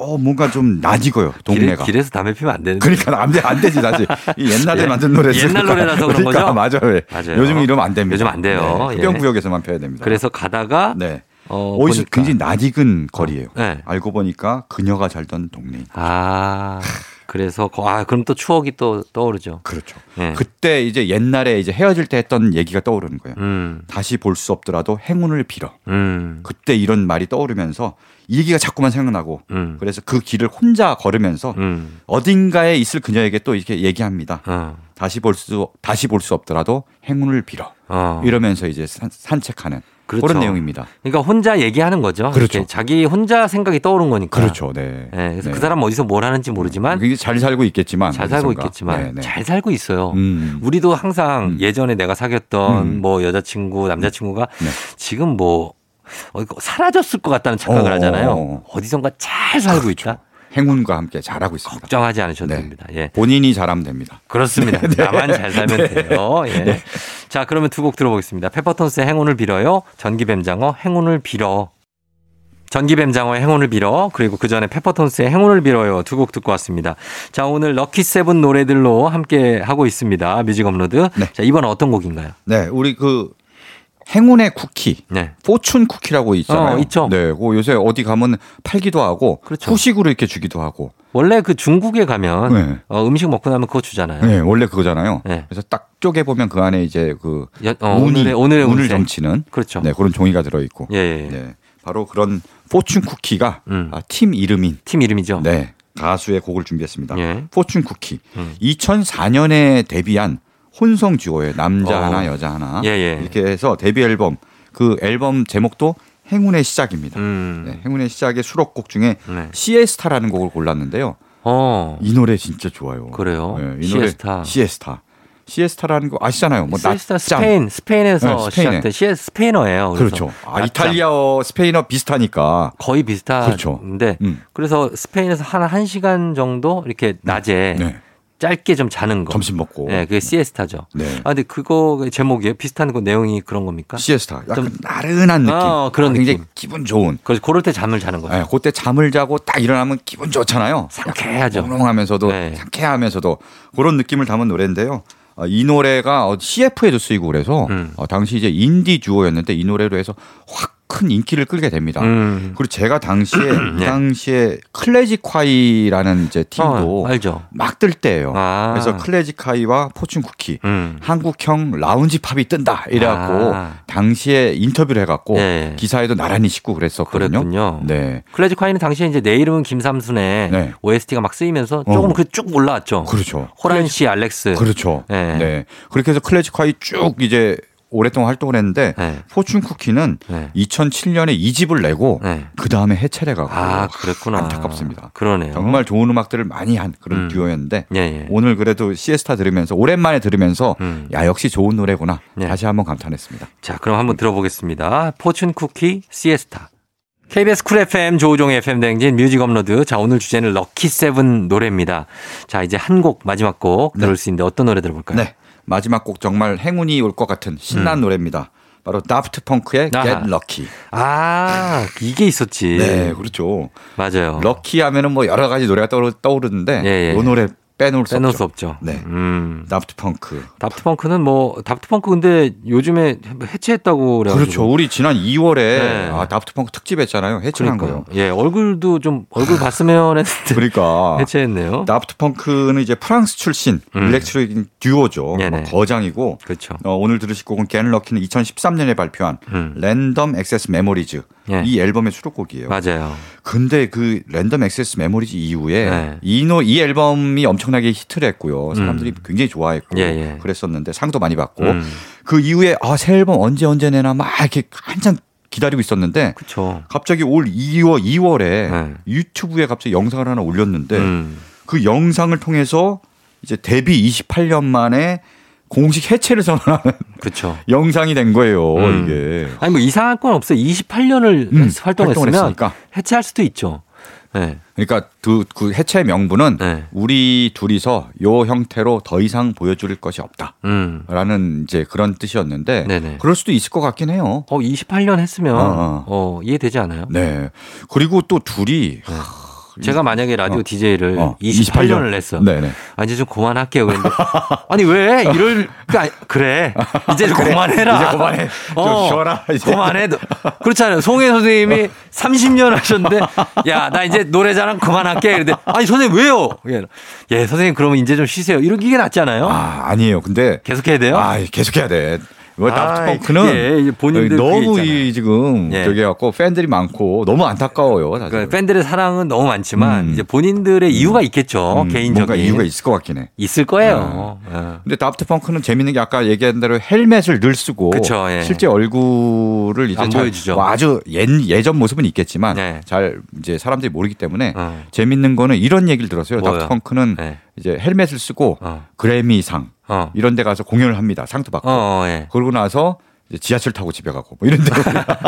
Speaker 6: 어, 뭔가 좀 낯익어요 동네가.
Speaker 4: 길에, 서 담배 피면 안 되는데.
Speaker 6: 그러니까 안, 돼, 안 되지 사실 이 옛날에
Speaker 4: 예.
Speaker 6: 만든 노래
Speaker 4: 옛날 노래라서 그런 거죠?
Speaker 6: 맞아요. 예.
Speaker 4: 맞아요.
Speaker 6: 요즘 이러면 안 됩니다.
Speaker 4: 요즘 안 돼요.
Speaker 6: 네,
Speaker 4: 예.
Speaker 6: 흡연 구역에서만 펴야 됩니다.
Speaker 4: 그래서 가다가
Speaker 6: 네.
Speaker 4: 어, 보니까.
Speaker 6: 어디서
Speaker 4: 어.
Speaker 6: 굉장히 낯익은 거리예요.
Speaker 4: 네.
Speaker 6: 알고 보니까 그녀가 살던 동네.
Speaker 4: 아. 그래서 거- 아 그럼 또 추억이 또 떠오르죠.
Speaker 6: 그렇죠.
Speaker 4: 예.
Speaker 6: 그때 이제 옛날에 이제 헤어질 때 했던 얘기가 떠오르는 거예요.
Speaker 4: 음.
Speaker 6: 다시 볼 수 없더라도 행운을 빌어.
Speaker 4: 음.
Speaker 6: 그때 이런 말이 떠오르면서 이 얘기가 자꾸만 생각나고
Speaker 4: 음.
Speaker 6: 그래서 그 길을 혼자 걸으면서
Speaker 4: 음.
Speaker 6: 어딘가에 있을 그녀에게 또 이렇게 얘기합니다.
Speaker 4: 어.
Speaker 6: 다시 볼 수 다시 볼 수 없더라도 행운을 빌어.
Speaker 4: 어.
Speaker 6: 이러면서 이제 산, 산책하는
Speaker 4: 그렇죠.
Speaker 6: 그런 내용입니다.
Speaker 4: 그러니까 혼자 얘기하는 거죠.
Speaker 6: 그렇죠.
Speaker 4: 이렇게 자기 혼자 생각이 떠오른 거니까.
Speaker 6: 그렇죠. 네.
Speaker 4: 예, 그래서
Speaker 6: 네. 그
Speaker 4: 그 사람 어디서 뭘 하는지 모르지만
Speaker 6: 굉장히 잘 살고 있겠지만
Speaker 4: 잘 살고
Speaker 6: 어디선가.
Speaker 4: 있겠지만
Speaker 6: 네, 네.
Speaker 4: 잘 살고 있어요.
Speaker 6: 음.
Speaker 4: 우리도 항상
Speaker 6: 음.
Speaker 4: 예전에 내가 사귀었던
Speaker 6: 음.
Speaker 4: 뭐 여자친구, 남자친구가
Speaker 6: 네.
Speaker 4: 지금 뭐 어디 거- 사라졌을 것 같다는 착각을
Speaker 6: 어,
Speaker 4: 하잖아요.
Speaker 6: 어.
Speaker 4: 어디선가 잘 살고 있다.
Speaker 6: 행운과 함께 잘하고 있습니다.
Speaker 4: 걱정하지 않으셔도
Speaker 6: 네.
Speaker 4: 됩니다. 예.
Speaker 6: 본인이 잘하면 됩니다.
Speaker 4: 그렇습니다. 나만 잘 살면
Speaker 6: 네.
Speaker 4: 돼요. 예. 자, 그러면 두 곡 들어보겠습니다. 페퍼톤스의 행운을 빌어요. 전기뱀장어 행운을 빌어. 전기뱀장어의 행운을 빌어. 그리고 그 전에 페퍼톤스의 행운을 빌어요. 두 곡 듣고 왔습니다. 자, 오늘 럭키세븐 노래들로 함께 하고 있습니다. 뮤직 업로드.
Speaker 6: 네.
Speaker 4: 자, 이번은 어떤 곡인가요?
Speaker 6: 네, 우리 그 행운의 쿠키
Speaker 4: 네.
Speaker 6: 포춘 쿠키라고 있잖아요.
Speaker 4: 어, 있죠.
Speaker 6: 네, 그 요새 어디 가면 팔기도 하고
Speaker 4: 그렇죠.
Speaker 6: 후식으로 이렇게 주기도 하고.
Speaker 4: 원래 그 중국에 가면
Speaker 6: 네.
Speaker 4: 어, 음식 먹고 나면 그거 주잖아요.
Speaker 6: 네, 원래 그거잖아요.
Speaker 4: 네.
Speaker 6: 그래서 딱 쪼개 보면 그 안에 이제 그
Speaker 4: 여- 어,
Speaker 6: 운이
Speaker 4: 오늘의- 오늘의
Speaker 6: 운을
Speaker 4: 운세.
Speaker 6: 점치는
Speaker 4: 그렇죠.
Speaker 6: 네, 그런 종이가 들어 있고.
Speaker 4: 예, 예, 예.
Speaker 6: 네. 바로 그런 포춘 쿠키가
Speaker 4: 음.
Speaker 6: 아, 팀 이름인
Speaker 4: 팀 이름이죠.
Speaker 6: 네, 가수의 곡을 준비했습니다.
Speaker 4: 어. 예.
Speaker 6: 포춘 쿠키.
Speaker 4: 음.
Speaker 6: 2004년에 데뷔한 혼성 듀오예요. 남자
Speaker 4: 어.
Speaker 6: 하나 여자 하나.
Speaker 4: 예, 예.
Speaker 6: 이렇게 해서 데뷔 앨범 그 앨범 제목도 행운의 시작입니다.
Speaker 4: 음.
Speaker 6: 네, 행운의 시작의 수록곡 중에
Speaker 4: 네.
Speaker 6: 시에스타라는 곡을 골랐는데요.
Speaker 4: 어.
Speaker 6: 이 노래 진짜 좋아요.
Speaker 4: 그래요?
Speaker 6: 예, 이 노래
Speaker 4: 시에스타.
Speaker 6: 시에스타. 시에스타라는 거 아시잖아요. 뭐
Speaker 4: 시에스타
Speaker 6: 낮잠.
Speaker 4: 스페인 스페인에서
Speaker 6: 네, 스페인에.
Speaker 4: 시작된 시에 스페인어예요. 그래서
Speaker 6: 그렇죠. 아,
Speaker 4: 낮잠.
Speaker 6: 이탈리아어 스페인어 비슷하니까.
Speaker 4: 거의 비슷한데
Speaker 6: 그렇죠. 음.
Speaker 4: 그래서 스페인에서 한1 시간 정도 이렇게 낮에
Speaker 6: 네.
Speaker 4: 짧게 좀 자는 거.
Speaker 6: 점심 먹고.
Speaker 4: 네, 그게 시에스타죠.
Speaker 6: 네.
Speaker 4: 아 근데 그거 제목이 비슷한 거 내용이 그런 겁니까?
Speaker 6: 시에스타. 약간
Speaker 4: 좀-
Speaker 6: 나른한 느낌.
Speaker 4: 어, 그런
Speaker 6: 굉장히
Speaker 4: 느낌.
Speaker 6: 기분 좋은.
Speaker 4: 그래서 그럴 때 잠을 자는 거죠.
Speaker 6: 예, 그때 잠을 자고 딱 일어나면 기분 좋잖아요.
Speaker 4: 상쾌하죠.
Speaker 6: 몽롱하면서도
Speaker 4: 네.
Speaker 6: 상쾌하면서도 그런 느낌을 담은 노래인데요. 어, 이 노래가 어, CF에도 쓰이고 그래서
Speaker 4: 음.
Speaker 6: 어, 당시 이제 인디 듀오였는데 이 노래로 해서 확 큰 인기를 끌게 됩니다.
Speaker 4: 음.
Speaker 6: 그리고 제가 당시에 이
Speaker 4: 네.
Speaker 6: 당시에 클래지콰이라는 이제 팀도
Speaker 4: 어, 알죠.
Speaker 6: 막 뜰 때예요.
Speaker 4: 아.
Speaker 6: 그래서 클래지콰이와 포춘 쿠키
Speaker 4: 음.
Speaker 6: 한국형 라운지 팝이 뜬다 이래갖고
Speaker 4: 아.
Speaker 6: 당시에 인터뷰를 해갖고
Speaker 4: 예.
Speaker 6: 기사에도 나란히 싣고 그랬었거든요.
Speaker 4: 그랬군요.
Speaker 6: 네,
Speaker 4: 클래지 콰이는 당시에 이제 내 이름은 김삼순의
Speaker 6: 네.
Speaker 4: OST가 막 쓰이면서 조금
Speaker 6: 어.
Speaker 4: 그 쭉 올라왔죠.
Speaker 6: 그렇죠.
Speaker 4: 호란 씨, 알렉스.
Speaker 6: 그렇죠.
Speaker 4: 예.
Speaker 6: 네. 그렇게 해서 클래식화이 쭉 이제 오랫동안 활동을 했는데
Speaker 4: 네.
Speaker 6: 포춘 쿠키는
Speaker 4: 네.
Speaker 6: 2007년에 이집을 내고
Speaker 4: 네.
Speaker 6: 그 다음에 해체를 가고
Speaker 4: 아, 그랬구나.
Speaker 6: 안타깝습니다.
Speaker 4: 그러네요.
Speaker 6: 정말 좋은 음악들을 많이 한 그런
Speaker 4: 음.
Speaker 6: 듀오였는데
Speaker 4: 예, 예.
Speaker 6: 오늘 그래도 시에스타 들으면서 오랜만에 들으면서
Speaker 4: 음.
Speaker 6: 야 역시 좋은 노래구나
Speaker 4: 네.
Speaker 6: 다시 한번 감탄했습니다.
Speaker 4: 자, 그럼 한번 들어보겠습니다. 포춘 쿠키 시에스타. KBS 쿨 FM 조우종 FM 대행진 뮤직 업로드. 자, 오늘 주제는 럭키 세븐 노래입니다. 자, 이제 한 곡 마지막 곡 들을 수 있는데 어떤 노래 들어볼까요? 음.
Speaker 6: 네 마지막 곡 정말 행운이 올 것 같은 신난 노래입니다. 바로 다프트 펑크의
Speaker 4: 아하.
Speaker 6: Get Lucky.
Speaker 4: 아, 이게 있었지.
Speaker 6: 네 그렇죠.
Speaker 4: 맞아요.
Speaker 6: 럭키 하면은 뭐 여러 가지 노래가 떠오르, 떠오르는데
Speaker 4: 어. 예, 예.
Speaker 6: 이 노래 빼놓을 수
Speaker 4: 빼놓을
Speaker 6: 없죠.
Speaker 4: 수 없죠.
Speaker 6: 네.
Speaker 4: 음.
Speaker 6: 다프트 펑크.
Speaker 4: 다프트펑크는 뭐 다프트펑크 근데 요즘에 해체했다고 그래가지고.
Speaker 6: 그렇죠. 우리 지난 2월에
Speaker 4: 네.
Speaker 6: 아, 다프트 펑크 특집 했잖아요. 해체한
Speaker 4: 그러니까.
Speaker 6: 거예요.
Speaker 4: 예, 얼굴도 좀 얼굴 봤으면 했는데
Speaker 6: 그러니까
Speaker 4: 해체했네요.
Speaker 6: 다프트 펑크는 이제 프랑스 출신
Speaker 4: 음.
Speaker 6: 일렉트로닉 듀오죠.
Speaker 4: 네네.
Speaker 6: 뭐 거장이고
Speaker 4: 그렇죠.
Speaker 6: 어, 오늘 들으실 곡은 겐 럭키는 2013년에 발표한
Speaker 4: 음.
Speaker 6: 랜덤 액세스 메모리즈
Speaker 4: 예.
Speaker 6: 이 앨범의 수록곡이에요.
Speaker 4: 맞아요.
Speaker 6: 근데 그 랜덤 액세스 메모리즈 이후에
Speaker 4: 네.
Speaker 6: 이노 이 앨범이 엄청나게 히트를 했고요. 사람들이 굉장히 좋아했고
Speaker 4: 예, 예.
Speaker 6: 그랬었는데 상도 많이 받고
Speaker 4: 음.
Speaker 6: 그 이후에 아 새 앨범 언제 언제 내나 막 이렇게 한참 기다리고 있었는데
Speaker 4: 그렇죠.
Speaker 6: 갑자기 올 2월 2월에
Speaker 4: 네.
Speaker 6: 유튜브에 갑자기 영상을 하나 올렸는데
Speaker 4: 음.
Speaker 6: 그 영상을 통해서 이제 데뷔 28년 만에 공식 해체를 선언하는
Speaker 4: 그렇죠.
Speaker 6: 영상이 된 거예요.
Speaker 4: 음.
Speaker 6: 이게
Speaker 4: 아니 뭐 이상한 건 없어요. 28년을
Speaker 6: 음, 활동을
Speaker 4: 활동했으면
Speaker 6: 했으니까.
Speaker 4: 해체할 수도 있죠. 네.
Speaker 6: 그러니까 그, 그 해체 명분은
Speaker 4: 네.
Speaker 6: 우리 둘이서 요 형태로 더 이상 보여줄 것이 없다라는
Speaker 4: 음.
Speaker 6: 이제 그런 뜻이었는데
Speaker 4: 네네.
Speaker 6: 그럴 수도 있을 것 같긴 해요.
Speaker 4: 어 28년 했으면
Speaker 6: 어,
Speaker 4: 어, 이해되지 않아요?
Speaker 6: 네. 그리고 또 둘이 하,
Speaker 4: 제가 만약에 라디오
Speaker 6: 어.
Speaker 4: DJ를
Speaker 6: 어,
Speaker 4: 28년을
Speaker 6: 28년.
Speaker 4: 했어.
Speaker 6: 네네.
Speaker 4: 아, 이제 좀 그만할게요. 근데 아니 왜 이럴 거 아니- 그래 이제 좀 그만해라.
Speaker 6: 이제 그만해. 좀 쉬어라, 이제.
Speaker 4: 그만해. 그렇잖아요. 송혜 선생님이 30년 하셨는데 야 나 이제 노래 자랑 그만할게. 근데 아니 선생님 왜요? 예. 예 선생님 그러면 이제 좀 쉬세요. 이런 게 낫잖아요.
Speaker 6: 아, 아니에요. 근데
Speaker 4: 계속해야 돼요.
Speaker 6: 아, 계속해야 돼. 뭐
Speaker 4: 아,
Speaker 6: 다프트
Speaker 4: 그게 이제
Speaker 6: 펑크는
Speaker 4: 본인들
Speaker 6: 너무
Speaker 4: 그게 있잖아요.
Speaker 6: 이 지금
Speaker 4: 예.
Speaker 6: 저기 갖고 팬들이 많고 너무 안타까워요. 사실.
Speaker 4: 그러니까 팬들의 사랑은 너무 많지만
Speaker 6: 음.
Speaker 4: 이제 본인들의 이유가 있겠죠.
Speaker 6: 음,
Speaker 4: 어, 개인적인
Speaker 6: 뭔가 이유가 있을 아. 것 같긴 해.
Speaker 4: 있을 거예요. 예.
Speaker 6: 근데 다프트 펑크는 재밌는 게 아까 얘기한 대로 헬멧을 늘 쓰고
Speaker 4: 그쵸, 예.
Speaker 6: 실제 얼굴을 이제
Speaker 4: 안
Speaker 6: 잘-
Speaker 4: 보여주죠.
Speaker 6: 뭐 아주 예, 예전 모습은 있겠지만
Speaker 4: 네.
Speaker 6: 잘 이제 사람들이 모르기 때문에
Speaker 4: 어.
Speaker 6: 재밌는 거는 이런 얘기를 들었어요.
Speaker 4: 뭐요?
Speaker 6: 다프트 펑크는
Speaker 4: 네.
Speaker 6: 이제 헬멧을 쓰고
Speaker 4: 어.
Speaker 6: 그래미상
Speaker 4: 어.
Speaker 6: 이런 데 가서 공연을 합니다. 상도 받고.
Speaker 4: 어, 어, 예.
Speaker 6: 그러고 나서 이제 지하철 타고 집에 가고 뭐 이런 데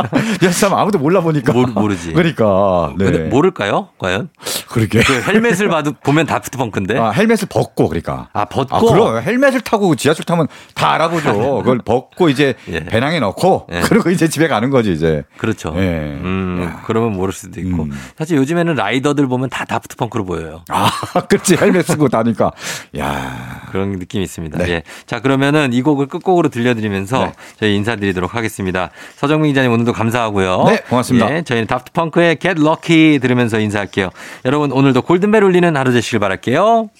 Speaker 6: 사람 아무도 몰라 보니까
Speaker 4: 모르- 모르지.
Speaker 6: 그러니까 네.
Speaker 4: 근데 모를까요? 과연?
Speaker 6: 그러게.
Speaker 4: 그 헬멧을 봐도 보면 다프트 펑크인데.
Speaker 6: 아, 헬멧을 벗고 그러니까.
Speaker 4: 아, 벗고?
Speaker 6: 그럼 헬멧을 타고 지하철 타면 다 알아보죠. 그걸 벗고 이제
Speaker 4: 예.
Speaker 6: 배낭에 넣고
Speaker 4: 예.
Speaker 6: 그리고 이제 집에 가는 거지 이제.
Speaker 4: 그렇죠.
Speaker 6: 예.
Speaker 4: 음, 그러면 모를 수도 있고.
Speaker 6: 음.
Speaker 4: 사실 요즘에는 라이더들 보면 다 다프트 펑크로 보여요.
Speaker 6: 아, 그렇지. 헬멧 쓰고 다니까. 야.
Speaker 4: 그런 느낌이 있습니다.
Speaker 6: 네.
Speaker 4: 예. 자, 그러면은 이 곡을 끝곡으로 들려드리면서
Speaker 6: 네.
Speaker 4: 저희 인사드리도록 하겠습니다. 서정민 기자님 오늘도 감사하고요.
Speaker 6: 네, 고맙습니다.
Speaker 4: 예, 저희는 다프트 펑크의 Get Lucky 들으면서 인사할게요. 여러분 오늘도 골든벨 울리는 하루 되시길 바랄게요.